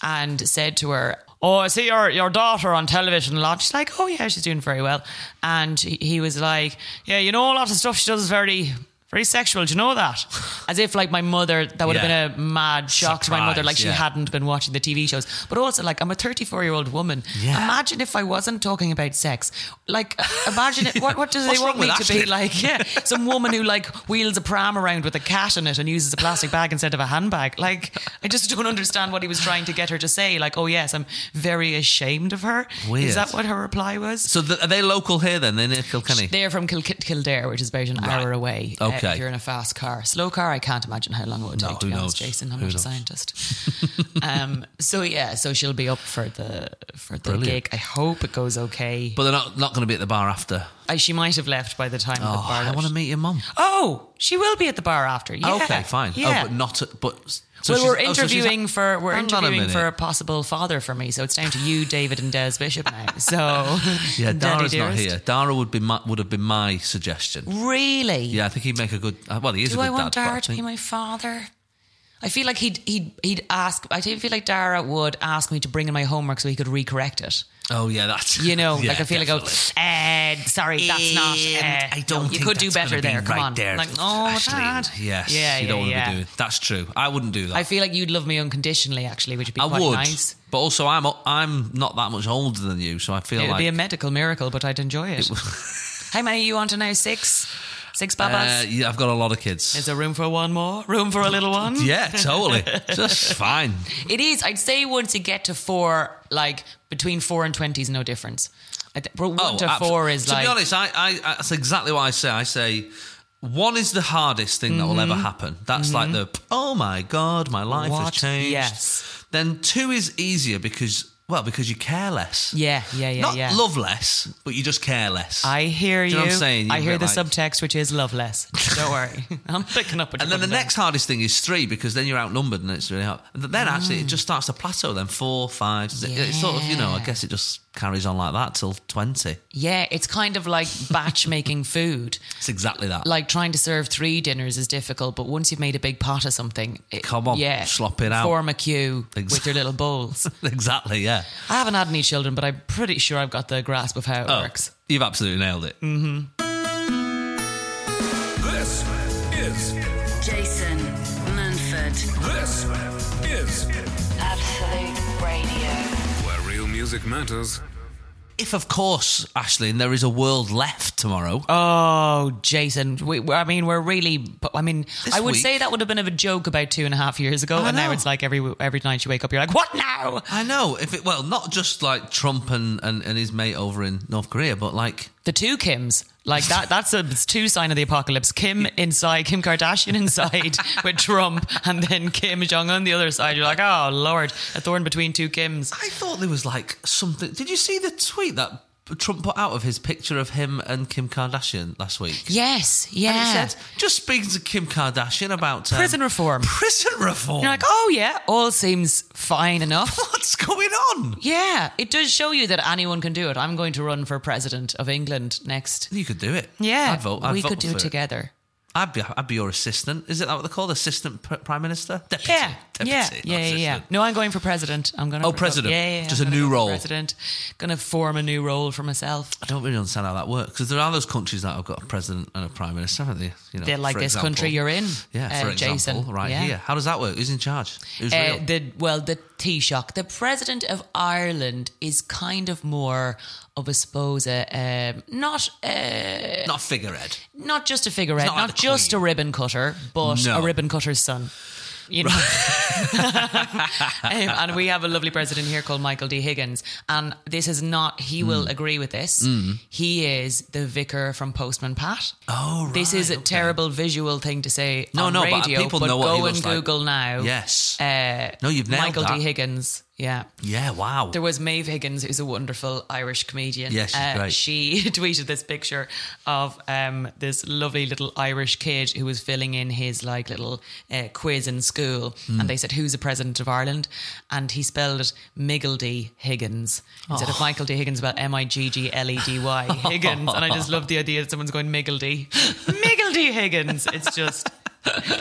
and said to her, "Oh, I see your your daughter on television a lot." She's like, "Oh yeah, she's doing very well," and he, he was like, "Yeah, you know, a lot of stuff she does is very." Very sexual, do you know that? As if like my mother, that would
Yeah.
have been a mad shock to my mother,
Surprise,
like she
yeah.
hadn't been watching the TV shows. But also, like I'm a 34 year old woman.
Yeah.
Imagine if I wasn't talking about sex. Like, imagine it, what what does
What's
they want
wrong
me
with
to
Ashley?
be like? Yeah, some woman who like wheels a pram around with a cat in it and uses a plastic bag instead of a handbag. Like, I just don't understand what he was trying to get her to say. Like, oh yes, I'm very ashamed of her.
Weird.
Is that what her reply was?
So th- are they local here then? They're near Kilkenny.
They're from Kil- Kildare, which is about an hour away. uh,
Okay.
if you're in a fast car, slow car, I can't imagine how long it would
No,
take. To
who
be honest,
knows?
Jason, I'm
Who
not a
knows?
scientist. um, so yeah, so she'll be up for the for the
Brilliant.
gig. I hope it goes okay.
but they're not, not going to be at the bar after.
Uh, she might have left by the time of the
Oh,
bar.
I
left.
want to meet your mum.
Oh, she will be at the bar after. Yeah.
Okay, fine.
Yeah.
Oh, but not. at- But so
well, we're
she's- oh, so she's-
interviewing for we're
Hang on a
interviewing for a
minute.
possible father for me, so it's down to you, David, and Des Bishop now. So
Yeah,
Daddy
Dara's not
dearest.
here. Dara would be my, would have been my suggestion.
Really?
Yeah, I think he'd make a good. uh, Well, he is
Do
a good
I want
dad. but I
Dara to be
think-
my father? I feel like he'd he'd he'd ask. I do feel like Dara would ask me to bring in my homework so he could recorrect it.
Oh yeah, that's
You know,
yeah,
like I feel
definitely.
like, oh, uh, sorry, that's not. Uh,
I don't.
no, you
think
could do
that's gonna
better
be
there. Come
right
on,
there,
like oh,
Ashley.
Dad.
Yes,
yeah,
you
yeah,
don't want
yeah.
to be doing. That's true. I wouldn't do that.
I feel like you'd love me unconditionally, actually, which would be
I
quite
would,
nice.
but also I'm I'm not that much older than you, so I feel
It'd
like
be a medical miracle, but I'd enjoy it. How many you want to know? Six? Six
uh,
babas?
yeah, I've got a lot of kids.
Is there room for one more? Room for a little one?
yeah, totally. Just fine.
It is. I'd say once you get to four, like between four and 20 is no difference. I th- but one to
Oh, abso-
four is
to
like.
be honest, I, I that's exactly what I say. I say one is the hardest thing that will ever happen. That's like the oh my god, my life
Mm-hmm. What?
has changed.
Yes.
Then two is easier because well because you care less.
yeah, yeah, yeah,
Not
yeah.
love less, but you just care less.
I hear you.
Do you know what I'm saying? You
I hear
get
the
like-
subtext, which is love less. Don't worry. I'm picking up what
and
you're
then the
putting down.
next hardest thing is three because then you're outnumbered and it's really hard. And then actually it just starts to plateau. Then four, five, six. It's sort of you know I
Mm. Yeah.
guess it just carries on like that till twenty.
Yeah, it's kind of like batch making food.
It's exactly that.
like trying to serve three dinners is difficult, but once you've made a big pot of something, it,
Come on,
yeah,
slop it out.
form a queue
Ex-
with your little bowls.
exactly yeah.
I haven't had any children, but I'm pretty sure I've got the grasp of how it
Oh,
works.
You've absolutely nailed it.
This is
Jason Manford.
this is
Absolute Radio.
where real music matters.
If, of course, Ashley, and there is a world left tomorrow.
Oh, Jason, we, we- I mean, we're really. but, I mean,
This
I would
week-
say that would have been of a joke about two and a half years ago,
I
and now
know.
it's like every every night you wake up, you're like, what now?
I know. If it well, not just like Trump and, and, and his mate over in North Korea, but like
The two Kims. Like that, that's a it's two sign of the apocalypse. Kim inside, Kim Kardashian inside with Trump, and then Kim Jong Un the other side. You're like, oh Lord, a thorn between two Kims.
I thought there was like something. Did you see the tweet that Trump put out of his picture of him and Kim Kardashian last week?
Yes,
And
yeah.
it said, just speaking to Kim Kardashian about um,
Prison reform.
Prison reform.
You're like, oh yeah, all seems fine enough.
what's going on?
yeah, it does show you that anyone can do it. I'm going to run for president of England next.
You could do it.
Yeah,
I'd vote. I'd
we
vote
could do
for
it together.
I'd be, I'd be your assistant. Is it that what they call assistant pr- prime minister? Deputy.
Yeah,
Deputy,
yeah,
not
yeah, yeah, yeah.
assistant.
No, I'm going for president. I'm going.
Oh, president.
Yeah, yeah, yeah.
Just
I'm
a
gonna
new
go for
role.
President. Going to form a new role for myself.
I don't really understand how that works because there are those countries that have got a president and a prime minister, haven't they? You know,
They're like
for
this
example.
country you're in,
Yeah,
uh,
for example,
Jason.
right
Yeah.
here. How does that work? Who's in charge? Who's
Uh,
real?
the well, the Taoiseach, the president of Ireland, is kind of more of, I suppose, a um, not uh,
Not figurehead.
not just a figurehead,
He's
not,
not like the
just
Queen.
a ribbon cutter, but
No.
a ribbon cutter's son. You know, Um, and we have a lovely president here called Michael D. Higgins, and this is not. He
Mm.
will agree with this. He is the vicar from Postman Pat.
Oh, right.
this is a
okay.
terrible visual thing to say
No,
on
no, but
radio,
people
but
know
go
what he
and
looks like.
Google now.
Yes.
Uh,
No, you've nailed
Michael
that.
D. Higgins. Yeah.
yeah. Wow.
There was Maeve Higgins, who's a wonderful Irish comedian. Uh,
Yes, she's great.
She tweeted this picture of um, this lovely little Irish kid who was filling in his like little uh, quiz in school,
Hmm.
and they said, "Who's the president of Ireland?" And he spelled it Miggledy Higgins instead
Oh.
of Michael D Higgins, about M I G G L E D Y Higgins. and I just love the idea that someone's going Miggledy, Miggledy Higgins. It's just.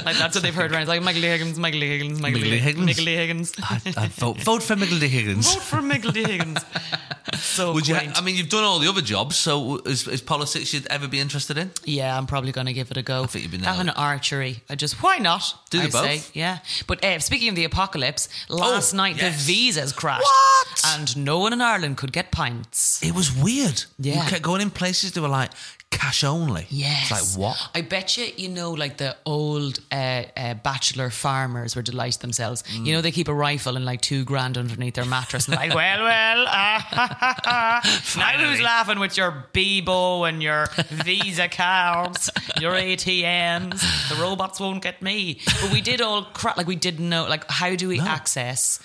Like that's what they've heard around. It's like Michael D. Higgins, Michael D. Higgins, Michael D.
Miggledy Higgins.
Miggledy Higgins.
I, I vote, vote for Miggledy Higgins.
Vote for Michael D. Higgins. So
Would you?
quaint.
I mean, you've done all the other jobs, so is, is politics you'd ever be interested in?
yeah, I'm probably going to give it a go. I
think you'd be
that
nailed.
and archery. I just why not?
Do
I
they both? Oh,
yeah. But uh, speaking of the apocalypse, last night
yes.
the visas crashed,
What?
and no one in Ireland could get pints.
It was weird.
Yeah.
You kept going in places that were like cash only.
Yes.
It's like what?
I bet you, you know, like the old uh, uh, bachelor farmers were delighted themselves. You know, they keep a rifle and like two grand underneath their mattress. And like, well, well, ah, now who's laughing with your Bebo and your Visa cards, your ATMs? The robots won't get me. But we did all crap. Like, we didn't know, like, how do we access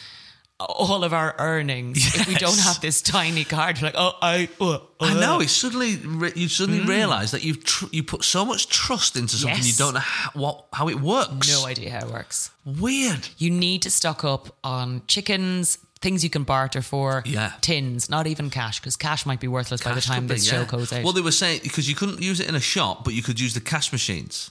all of our earnings if we don't
Yes.
have this tiny card? We're like, oh, I, oh,
I know.
oh.
It's suddenly re- you suddenly realise that you've tr- you put so much trust into something you
Hmm. Yes.
don't know how, what how it works.
No idea how it works.
Weird.
you need to stock up on chickens, things you can barter for,
Yeah.
tins, not even cash, because cash might be worthless by the
Cash
time
could be,
this
yeah.
show goes out.
Well, they were saying because you couldn't use it in a shop, but you could use the cash machines.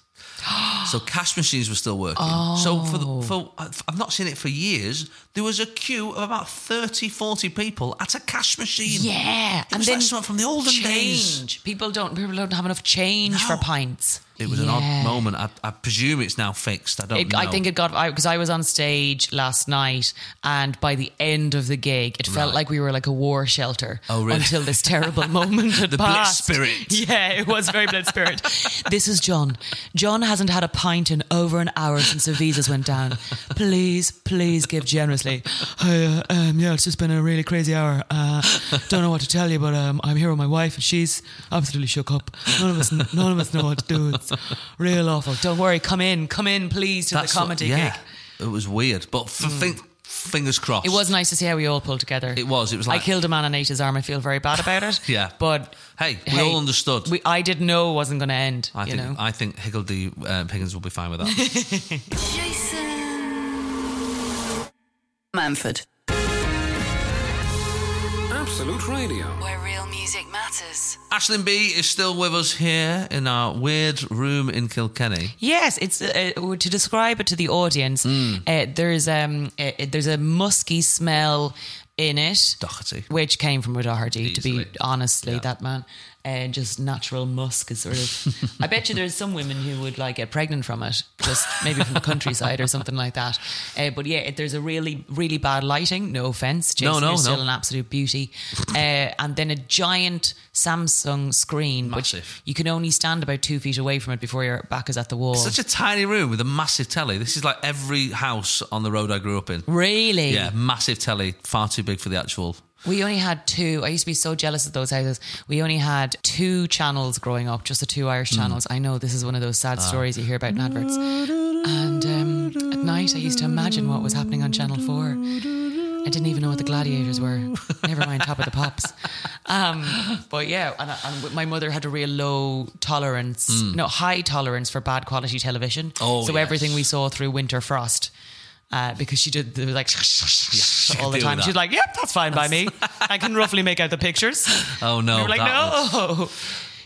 so cash machines were still working. So for the,
Oh.
for I've not seen it for years. There was a queue of about 30, 40 people at a cash machine.
yeah,
was like something from the olden days.
change. People don't people don't have enough change
No.
for pints.
It was an
Yeah.
odd moment. I, I presume it's now fixed. I don't
It,
know.
I think it got because I was on stage last night, and by the end of the gig, it felt
Right.
like we were like a war shelter
Oh, really?
until this terrible moment had
The Blitz
passed.
spirit.
yeah, it was very blitz spirit. this is John. John hasn't had a pint in over an hour since the visas went down. Please, please give generously. Hi, uh, um, yeah, it's just been a really crazy hour. Uh, don't know what to tell you, but um, I'm here with my wife, and she's absolutely shook up. None of us, none of us know what to do. It's real awful. Don't worry. Come in, come in, please, to
That's
the
what-
comedy
yeah,
gig. Hmm.
It was weird, but f- think- fingers crossed.
It was nice to see how we all pulled together.
It was. It was like-
I killed a man and ate his arm. I feel very bad about it.
Yeah.
but
Hey, we all understood.
We, I didn't know it wasn't going to end.
I
you
think
know,
I think Higgledy uh, Higgins will be fine with that.
Jason Manford.
Absolute Radio.
Where real music matters.
Ashlyn B is still with us here in our weird room in Kilkenny.
Yes, it's uh, uh, to describe it to the audience.
Hmm.
Uh, there's um uh, there's a musky smell in it,
Doherty.
which came from O'Doherty. To be
Easily.
honestly, that man, uh, just natural musk is sort of. I bet you there's some women who would like get pregnant from it, just maybe from the countryside or something like that. Uh, but yeah, it, there's a really really bad lighting. No offense, Jason,
No, no,
you're
no.
still an absolute beauty. uh, and then a giant Samsung screen,
Massive.
which you can only stand about two feet away from it before your back is at the wall.
Such a tiny room with a massive telly. This is like every house on the road I grew up in.
Really?
Yeah, massive telly, far too big for the actual.
We only had two. I used to be so jealous of those houses. We only had two channels growing up, just the two
Hmm.
Irish channels. I know this is one of those
Ah.
sad stories you hear about in adverts. And um, at night, I used to imagine what was happening on Channel 4. I didn't even know what the gladiators were. Never mind Top of the Pops. Um, but yeah, and, and my mother had a real low tolerance, no, high tolerance for bad quality television.
Hmm. Oh,
so
yes.
everything we saw through winter frost. Uh, because she did the like all
could
the
do
time.
that.
She's like, "Yep, that's fine by me. I can roughly make out the pictures."
Oh no!
we were like,
that was-
"No,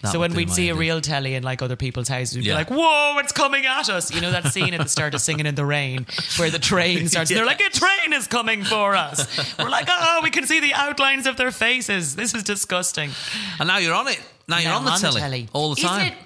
That
so
would
when
be
we'd
my
see a
idea.
real telly in like other people's houses, we'd
Yeah.
be like, "Whoa, it's coming at us!" You know that scene at the start of Singing in the Rain where the train starts. and They're like, "A train is coming for us." We're like, "Oh, we can see the outlines of their faces. This is disgusting."
And now you're on it. Now you're
Now
on the
I'm
telly, all the time.
Isn't it-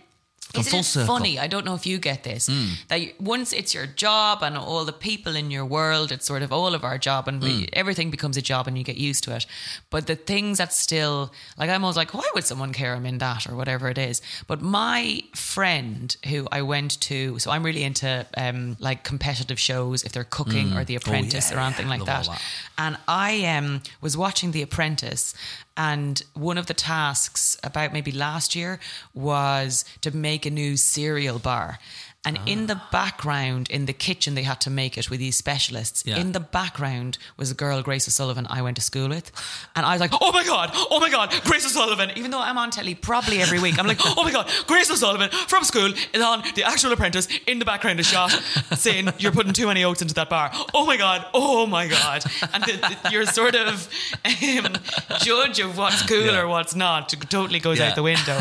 Come
isn't
full
it
circle. Hmm.
funny? I don't know if you get this. That you- once it's your job and all the people in your world, it's sort of all of our job, and
Hmm.
we, everything becomes a job, and you get used to it. But the things that still, like, I'm always like, why would someone care I'm in that or whatever it is? But my friend who I went to, so I'm really into um, like competitive shows if they're cooking or The Apprentice or
Hmm. Oh, yeah.
anything like
Love all
that.
that.
And I um, was watching The Apprentice, and one of the tasks about maybe last year was to make a new cereal bar. And in the background, in the kitchen, they had to make it with these specialists.
Yeah.
In the background was a girl, Grace O'Sullivan, I went to school with. And I was like, oh my God, oh my God, Grace O'Sullivan. Even though I'm on telly probably every week, I'm like, oh my God, Grace O'Sullivan from school is on The Actual Apprentice in the background of shot saying, you're putting too many oats into that bar. Oh my God, oh my God. And the, the, your sort of um, judge of what's cool
Yeah.
or what's not totally goes
Yeah.
out the window.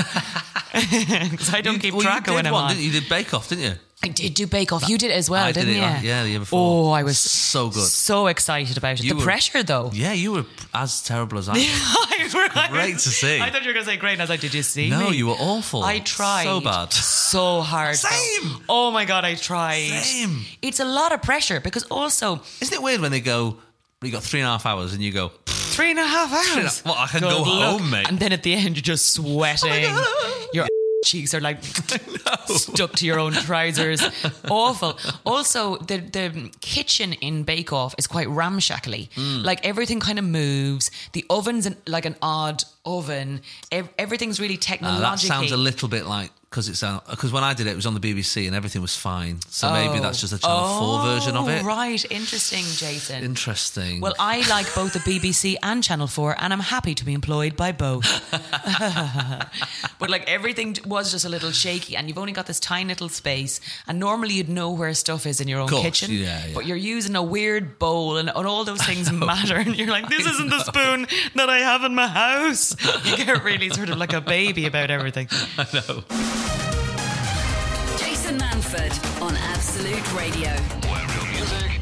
Because I don't
You-
keep
well, you
track
did
of when I'm
one,
on.
didn't you? you did Bake Off, didn't you?
I did do Bake Off. You did as well,
I did
Oh, didn't
it
you?
on- yeah, the year before.
Oh, I was
So good.
so excited about it.
You
the
were-
pressure, though.
Yeah, you were as terrible as I was.
I-
Great to see.
I thought you were going to say great, and I was like, "Did you see
No,
me?"
you were awful.
I tried
So bad.
so hard. though.
Same.
Oh my god, I tried.
Same.
It's a lot of pressure because also
Isn't it weird when they go, you got three and a half hours and you go,
three and a half
and a-
hours.
well, I can
Good
go
luck.
home, mate. Oh
And then at the end, you're just sweating.
God.
Your cheeks are like stuck to your own trousers. Awful. Also, the the kitchen in Bake Off is quite ramshackly.
Hmm.
Like everything kind of moves. The oven's an, like an odd oven. Ev- everything's really
Ah,
technological.
that sounds a little bit like because it's because when I did it, it was on the BBC and everything was fine. So maybe that's just a Channel Four version of it.
Oh, Right. Interesting, Jason.
Interesting.
well, I like both the BBC and Channel 4, and I'm happy to be employed by both. but like everything was just a little shaky, and you've only got this tiny little space. And normally you'd know where stuff is in your own
Course,
kitchen,
yeah, yeah.
but you're using a weird bowl, and, and all those things matter. And you're like, this isn't the spoon that I have in my house. You get really sort of like a baby about everything.
Jason Manford on Absolute Radio.
Where real music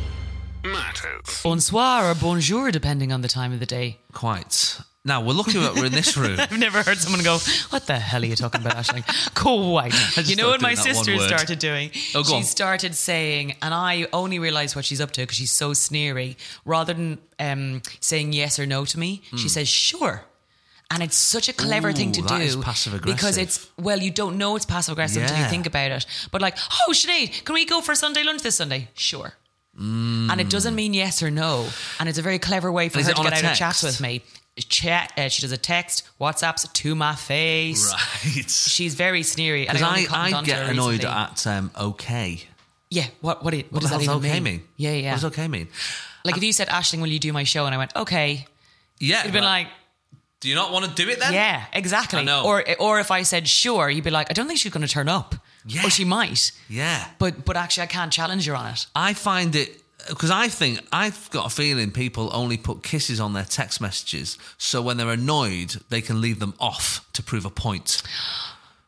matters.
Bonsoir or bonjour, depending on the time of the day.
quite. Now we're lucky that we're in this room.
I've never heard someone go, "What the hell are you talking about, Ashling?" Quite.
just
You know
thought
what my
doing that one
sister
word.
started doing?
Oh, go
she
on.
started saying, and I only realised what she's up to because she's so sneery. Rather than um, saying yes or no to me, she says sure. And it's such a clever thing to
Hmm. Ooh, that
do
is passive-aggressive.
because it's well, you don't know it's passive aggressive until you
Yeah.
think about it. But like, oh, Sinead, can we go for Sunday lunch this Sunday? Sure. And it doesn't mean yes or no. And it's a very clever way for
Hmm. And is
her
it
to
on
get
a
out of chats
text?
with me. Chat, uh, she does a text, WhatsApps to my face.
Right.
She's very sneery. And
Because
I, only
I,
cottoned
I
onto
get
her
annoyed
recently.
at um, okay.
Yeah, what, what, what, what does
the
that even
hell's okay
mean? Yeah, yeah.
What does okay mean?
Like if you said, Ashling, will you do my show? And I went, okay.
Yeah.
You'd been
but
like,
do you not want to do it then?
yeah, exactly.
I know.
Or, or if I said, sure, you'd be like, I don't think she's going to turn up.
Yeah.
Or she might.
Yeah.
But, but actually, I can't challenge her on it.
I find it because I think I've got a feeling people only put kisses on their text messages, so when they're annoyed, they can leave them off to prove a point.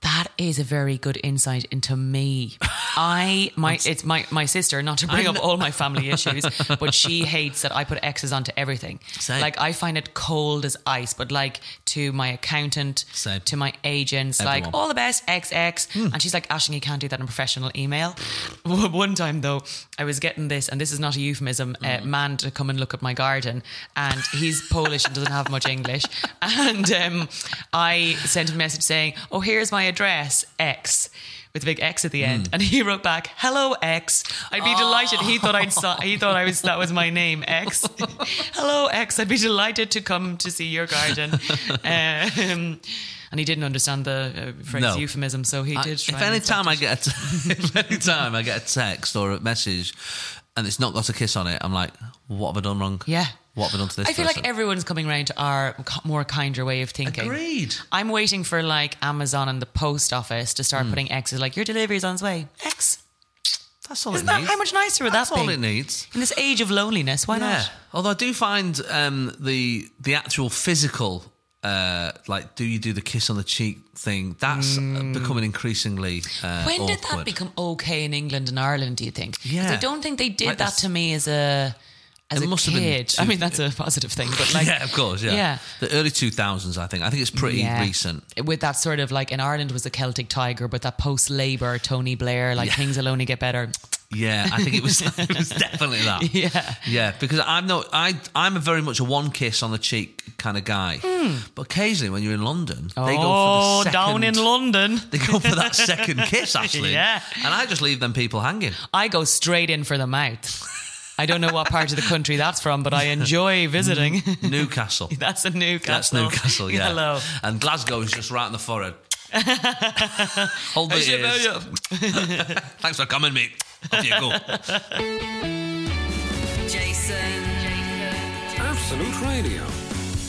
That is a very good insight into me. I my it's my my sister. Not to bring
I
up
kn-
all my family issues, but she hates that I put X's onto everything.
Same.
Like I find it cold as ice. But like to my accountant,
Same.
to my agents, like
Everyone.
all the best XX, and she's like, Ashing, you can't do that in professional email. One time though, I was getting this, and this is not a euphemism. Uh, man to come and look at my garden, and he's Polish and doesn't have much English, and um, I sent him a message saying, "Oh, here's my address X." With a big X at the end, and he wrote back, "Hello X." I'd be delighted. He thought I'd saw, he thought I was that was my name X. Hello X. I'd be delighted to come to see your garden. Um, and he didn't understand the uh, phrase
No.
euphemism, so he
I-
did.
if
try
any
and
time I get a t- if any time I get a text or a message and it's not got a kiss on it, I'm like, what have I done wrong?
Yeah.
What have I done to this?
I feel
person?
like everyone's coming around to our co- more kinder way of thinking.
Agreed.
I'm waiting for like Amazon and the post office to
Hmm.
start putting X's like your delivery's on its way. X.
That's all
Isn't
it
that
needs.
how much nicer would
That's
that be?
all it needs.
In this age of loneliness, why
yeah.
not?
Although I do find um, the the actual physical uh, like, do you do the kiss on the cheek thing? That's uh becoming increasingly. Uh,
Mm. When did
awkward.
that become okay in England and Ireland? Do you think? 'Cause
Yeah.
I don't think they did
Like
that
that's-
to me as a as
It
a
must have
kid.
been
I
two-
mean, that's a positive thing, but like,
yeah, of course, yeah.
yeah.
The early 2000s, I think. I think it's pretty
Yeah.
recent.
With that sort of like in Ireland was a Celtic tiger, but that post Labour Tony Blair, like things will only get better.
Yeah, I think it was, it was definitely that.
Yeah.
Yeah, because I'm not, I, I'm a very much a one kiss on the cheek kind of guy. But occasionally when you're in London, they go
Hmm. oh,
for the second,
down in London.
They go for that second kiss, actually.
Yeah.
And I just leave them people hanging.
I go straight in for the mouth. I don't know what part of the country that's from, but I enjoy visiting.
Newcastle.
that's a Newcastle.
That's Newcastle, yeah.
Hello.
And Glasgow is just right on the forehead. Hold the ears. Thanks for coming, mate. Off you go.
Jason.
Absolute Radio,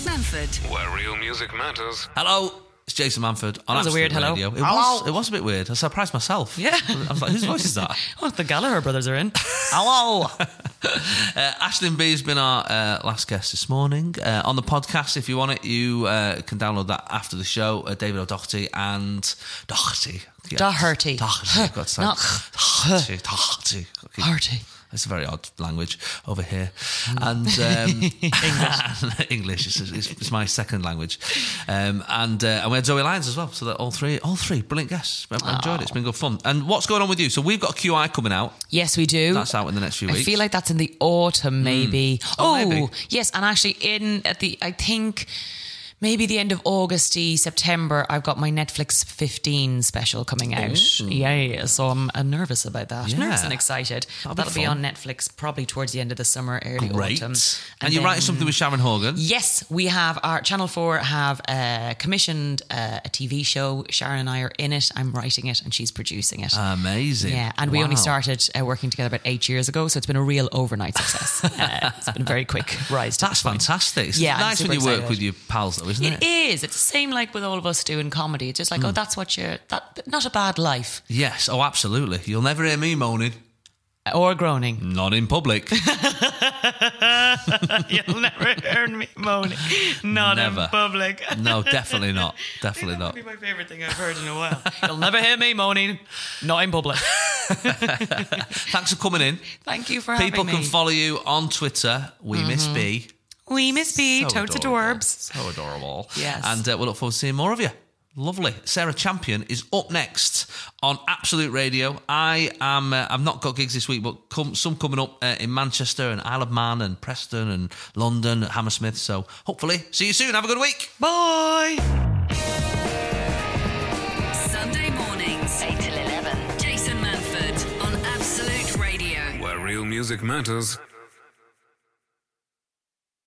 Manford.
where real music matters.
Hello. It's Jason Manford. On
That was a
Absolute
weird hello.
Radio. It
Hello.
was. It was a bit weird. I surprised myself.
Yeah.
I was like, whose voice is that?
Oh, the Gallagher brothers are in.
Hello.
Uh, Ashlyn B has been our uh, last guest this morning uh, on the podcast. If you want it, you uh, can download that after the show. Uh, David O'Doherty and Doherty. Yeah.
Doherty.
Doherty. I've got to say.
Not-
Doherty. Doherty. Okay.
Party.
It's a very odd language over here. And um, English. English is, is, is my second language. Um, and, uh, and we had Zoe Lyons as well. So that all three, all three brilliant guests. I enjoyed it. It's been good fun. And what's going on with you? So we've got a QI coming out.
Yes, we do.
That's out in the next few weeks.
I feel like that's in the autumn, maybe.
Oh,
Oh,
maybe.
yes, and actually, in at the I think maybe the end of August, September, I've got my Netflix 15 special coming out. Yeah, yeah, yeah. so I'm uh, nervous about that.
Yeah.
Nervous and excited.
That'll
That'll,
be
be,
fun.
on Netflix probably towards the end of the summer, early
Great.
autumn.
And, you're writing
then-
something with Sharon Hogan.
Yes, we have our Channel Four have uh, commissioned uh, a TV show. Sharon and I are in it. I'm writing it, and she's producing
Ah,
it.
Amazing.
Yeah, and we only
Wow.
started uh, working together about eight years ago, so it's been a real overnight success. uh, it's been a very quick rise. To
That's fantastic. It's
Yeah, I'm
nice when
super
you work
excited.
with your pals, though, isn't it?
It is. It's the same like with all of us doing comedy. It's just
Mm.
like, oh, that's what you're. That not a bad life
Yes. Oh, absolutely. You'll never hear me moaning.
Uh, or groaning.
Not in public.
You'll never hear me moaning, not
Never.
public.
no, definitely not. Definitely not.
my favorite thing I've heard in a while. You'll never hear me moaning, not in public.
Thanks for coming in.
Thank you for
People
having me.
can follow you on Twitter. We miss B.
We miss B,
So
totes
adorable.
adorbs.
So adorable.
Yes.
And uh, we'll look forward to seeing more of you. Lovely. Sarah Champion is up next on Absolute Radio. I am. Uh, I've not got gigs this week, but come, some coming up uh, in Manchester and Isle of Man and Preston and London, at Hammersmith. So hopefully, see you soon. Have a good week.
Bye.
Sunday mornings.
8 till 11.
Jason Manford on Absolute Radio.
Where real music matters.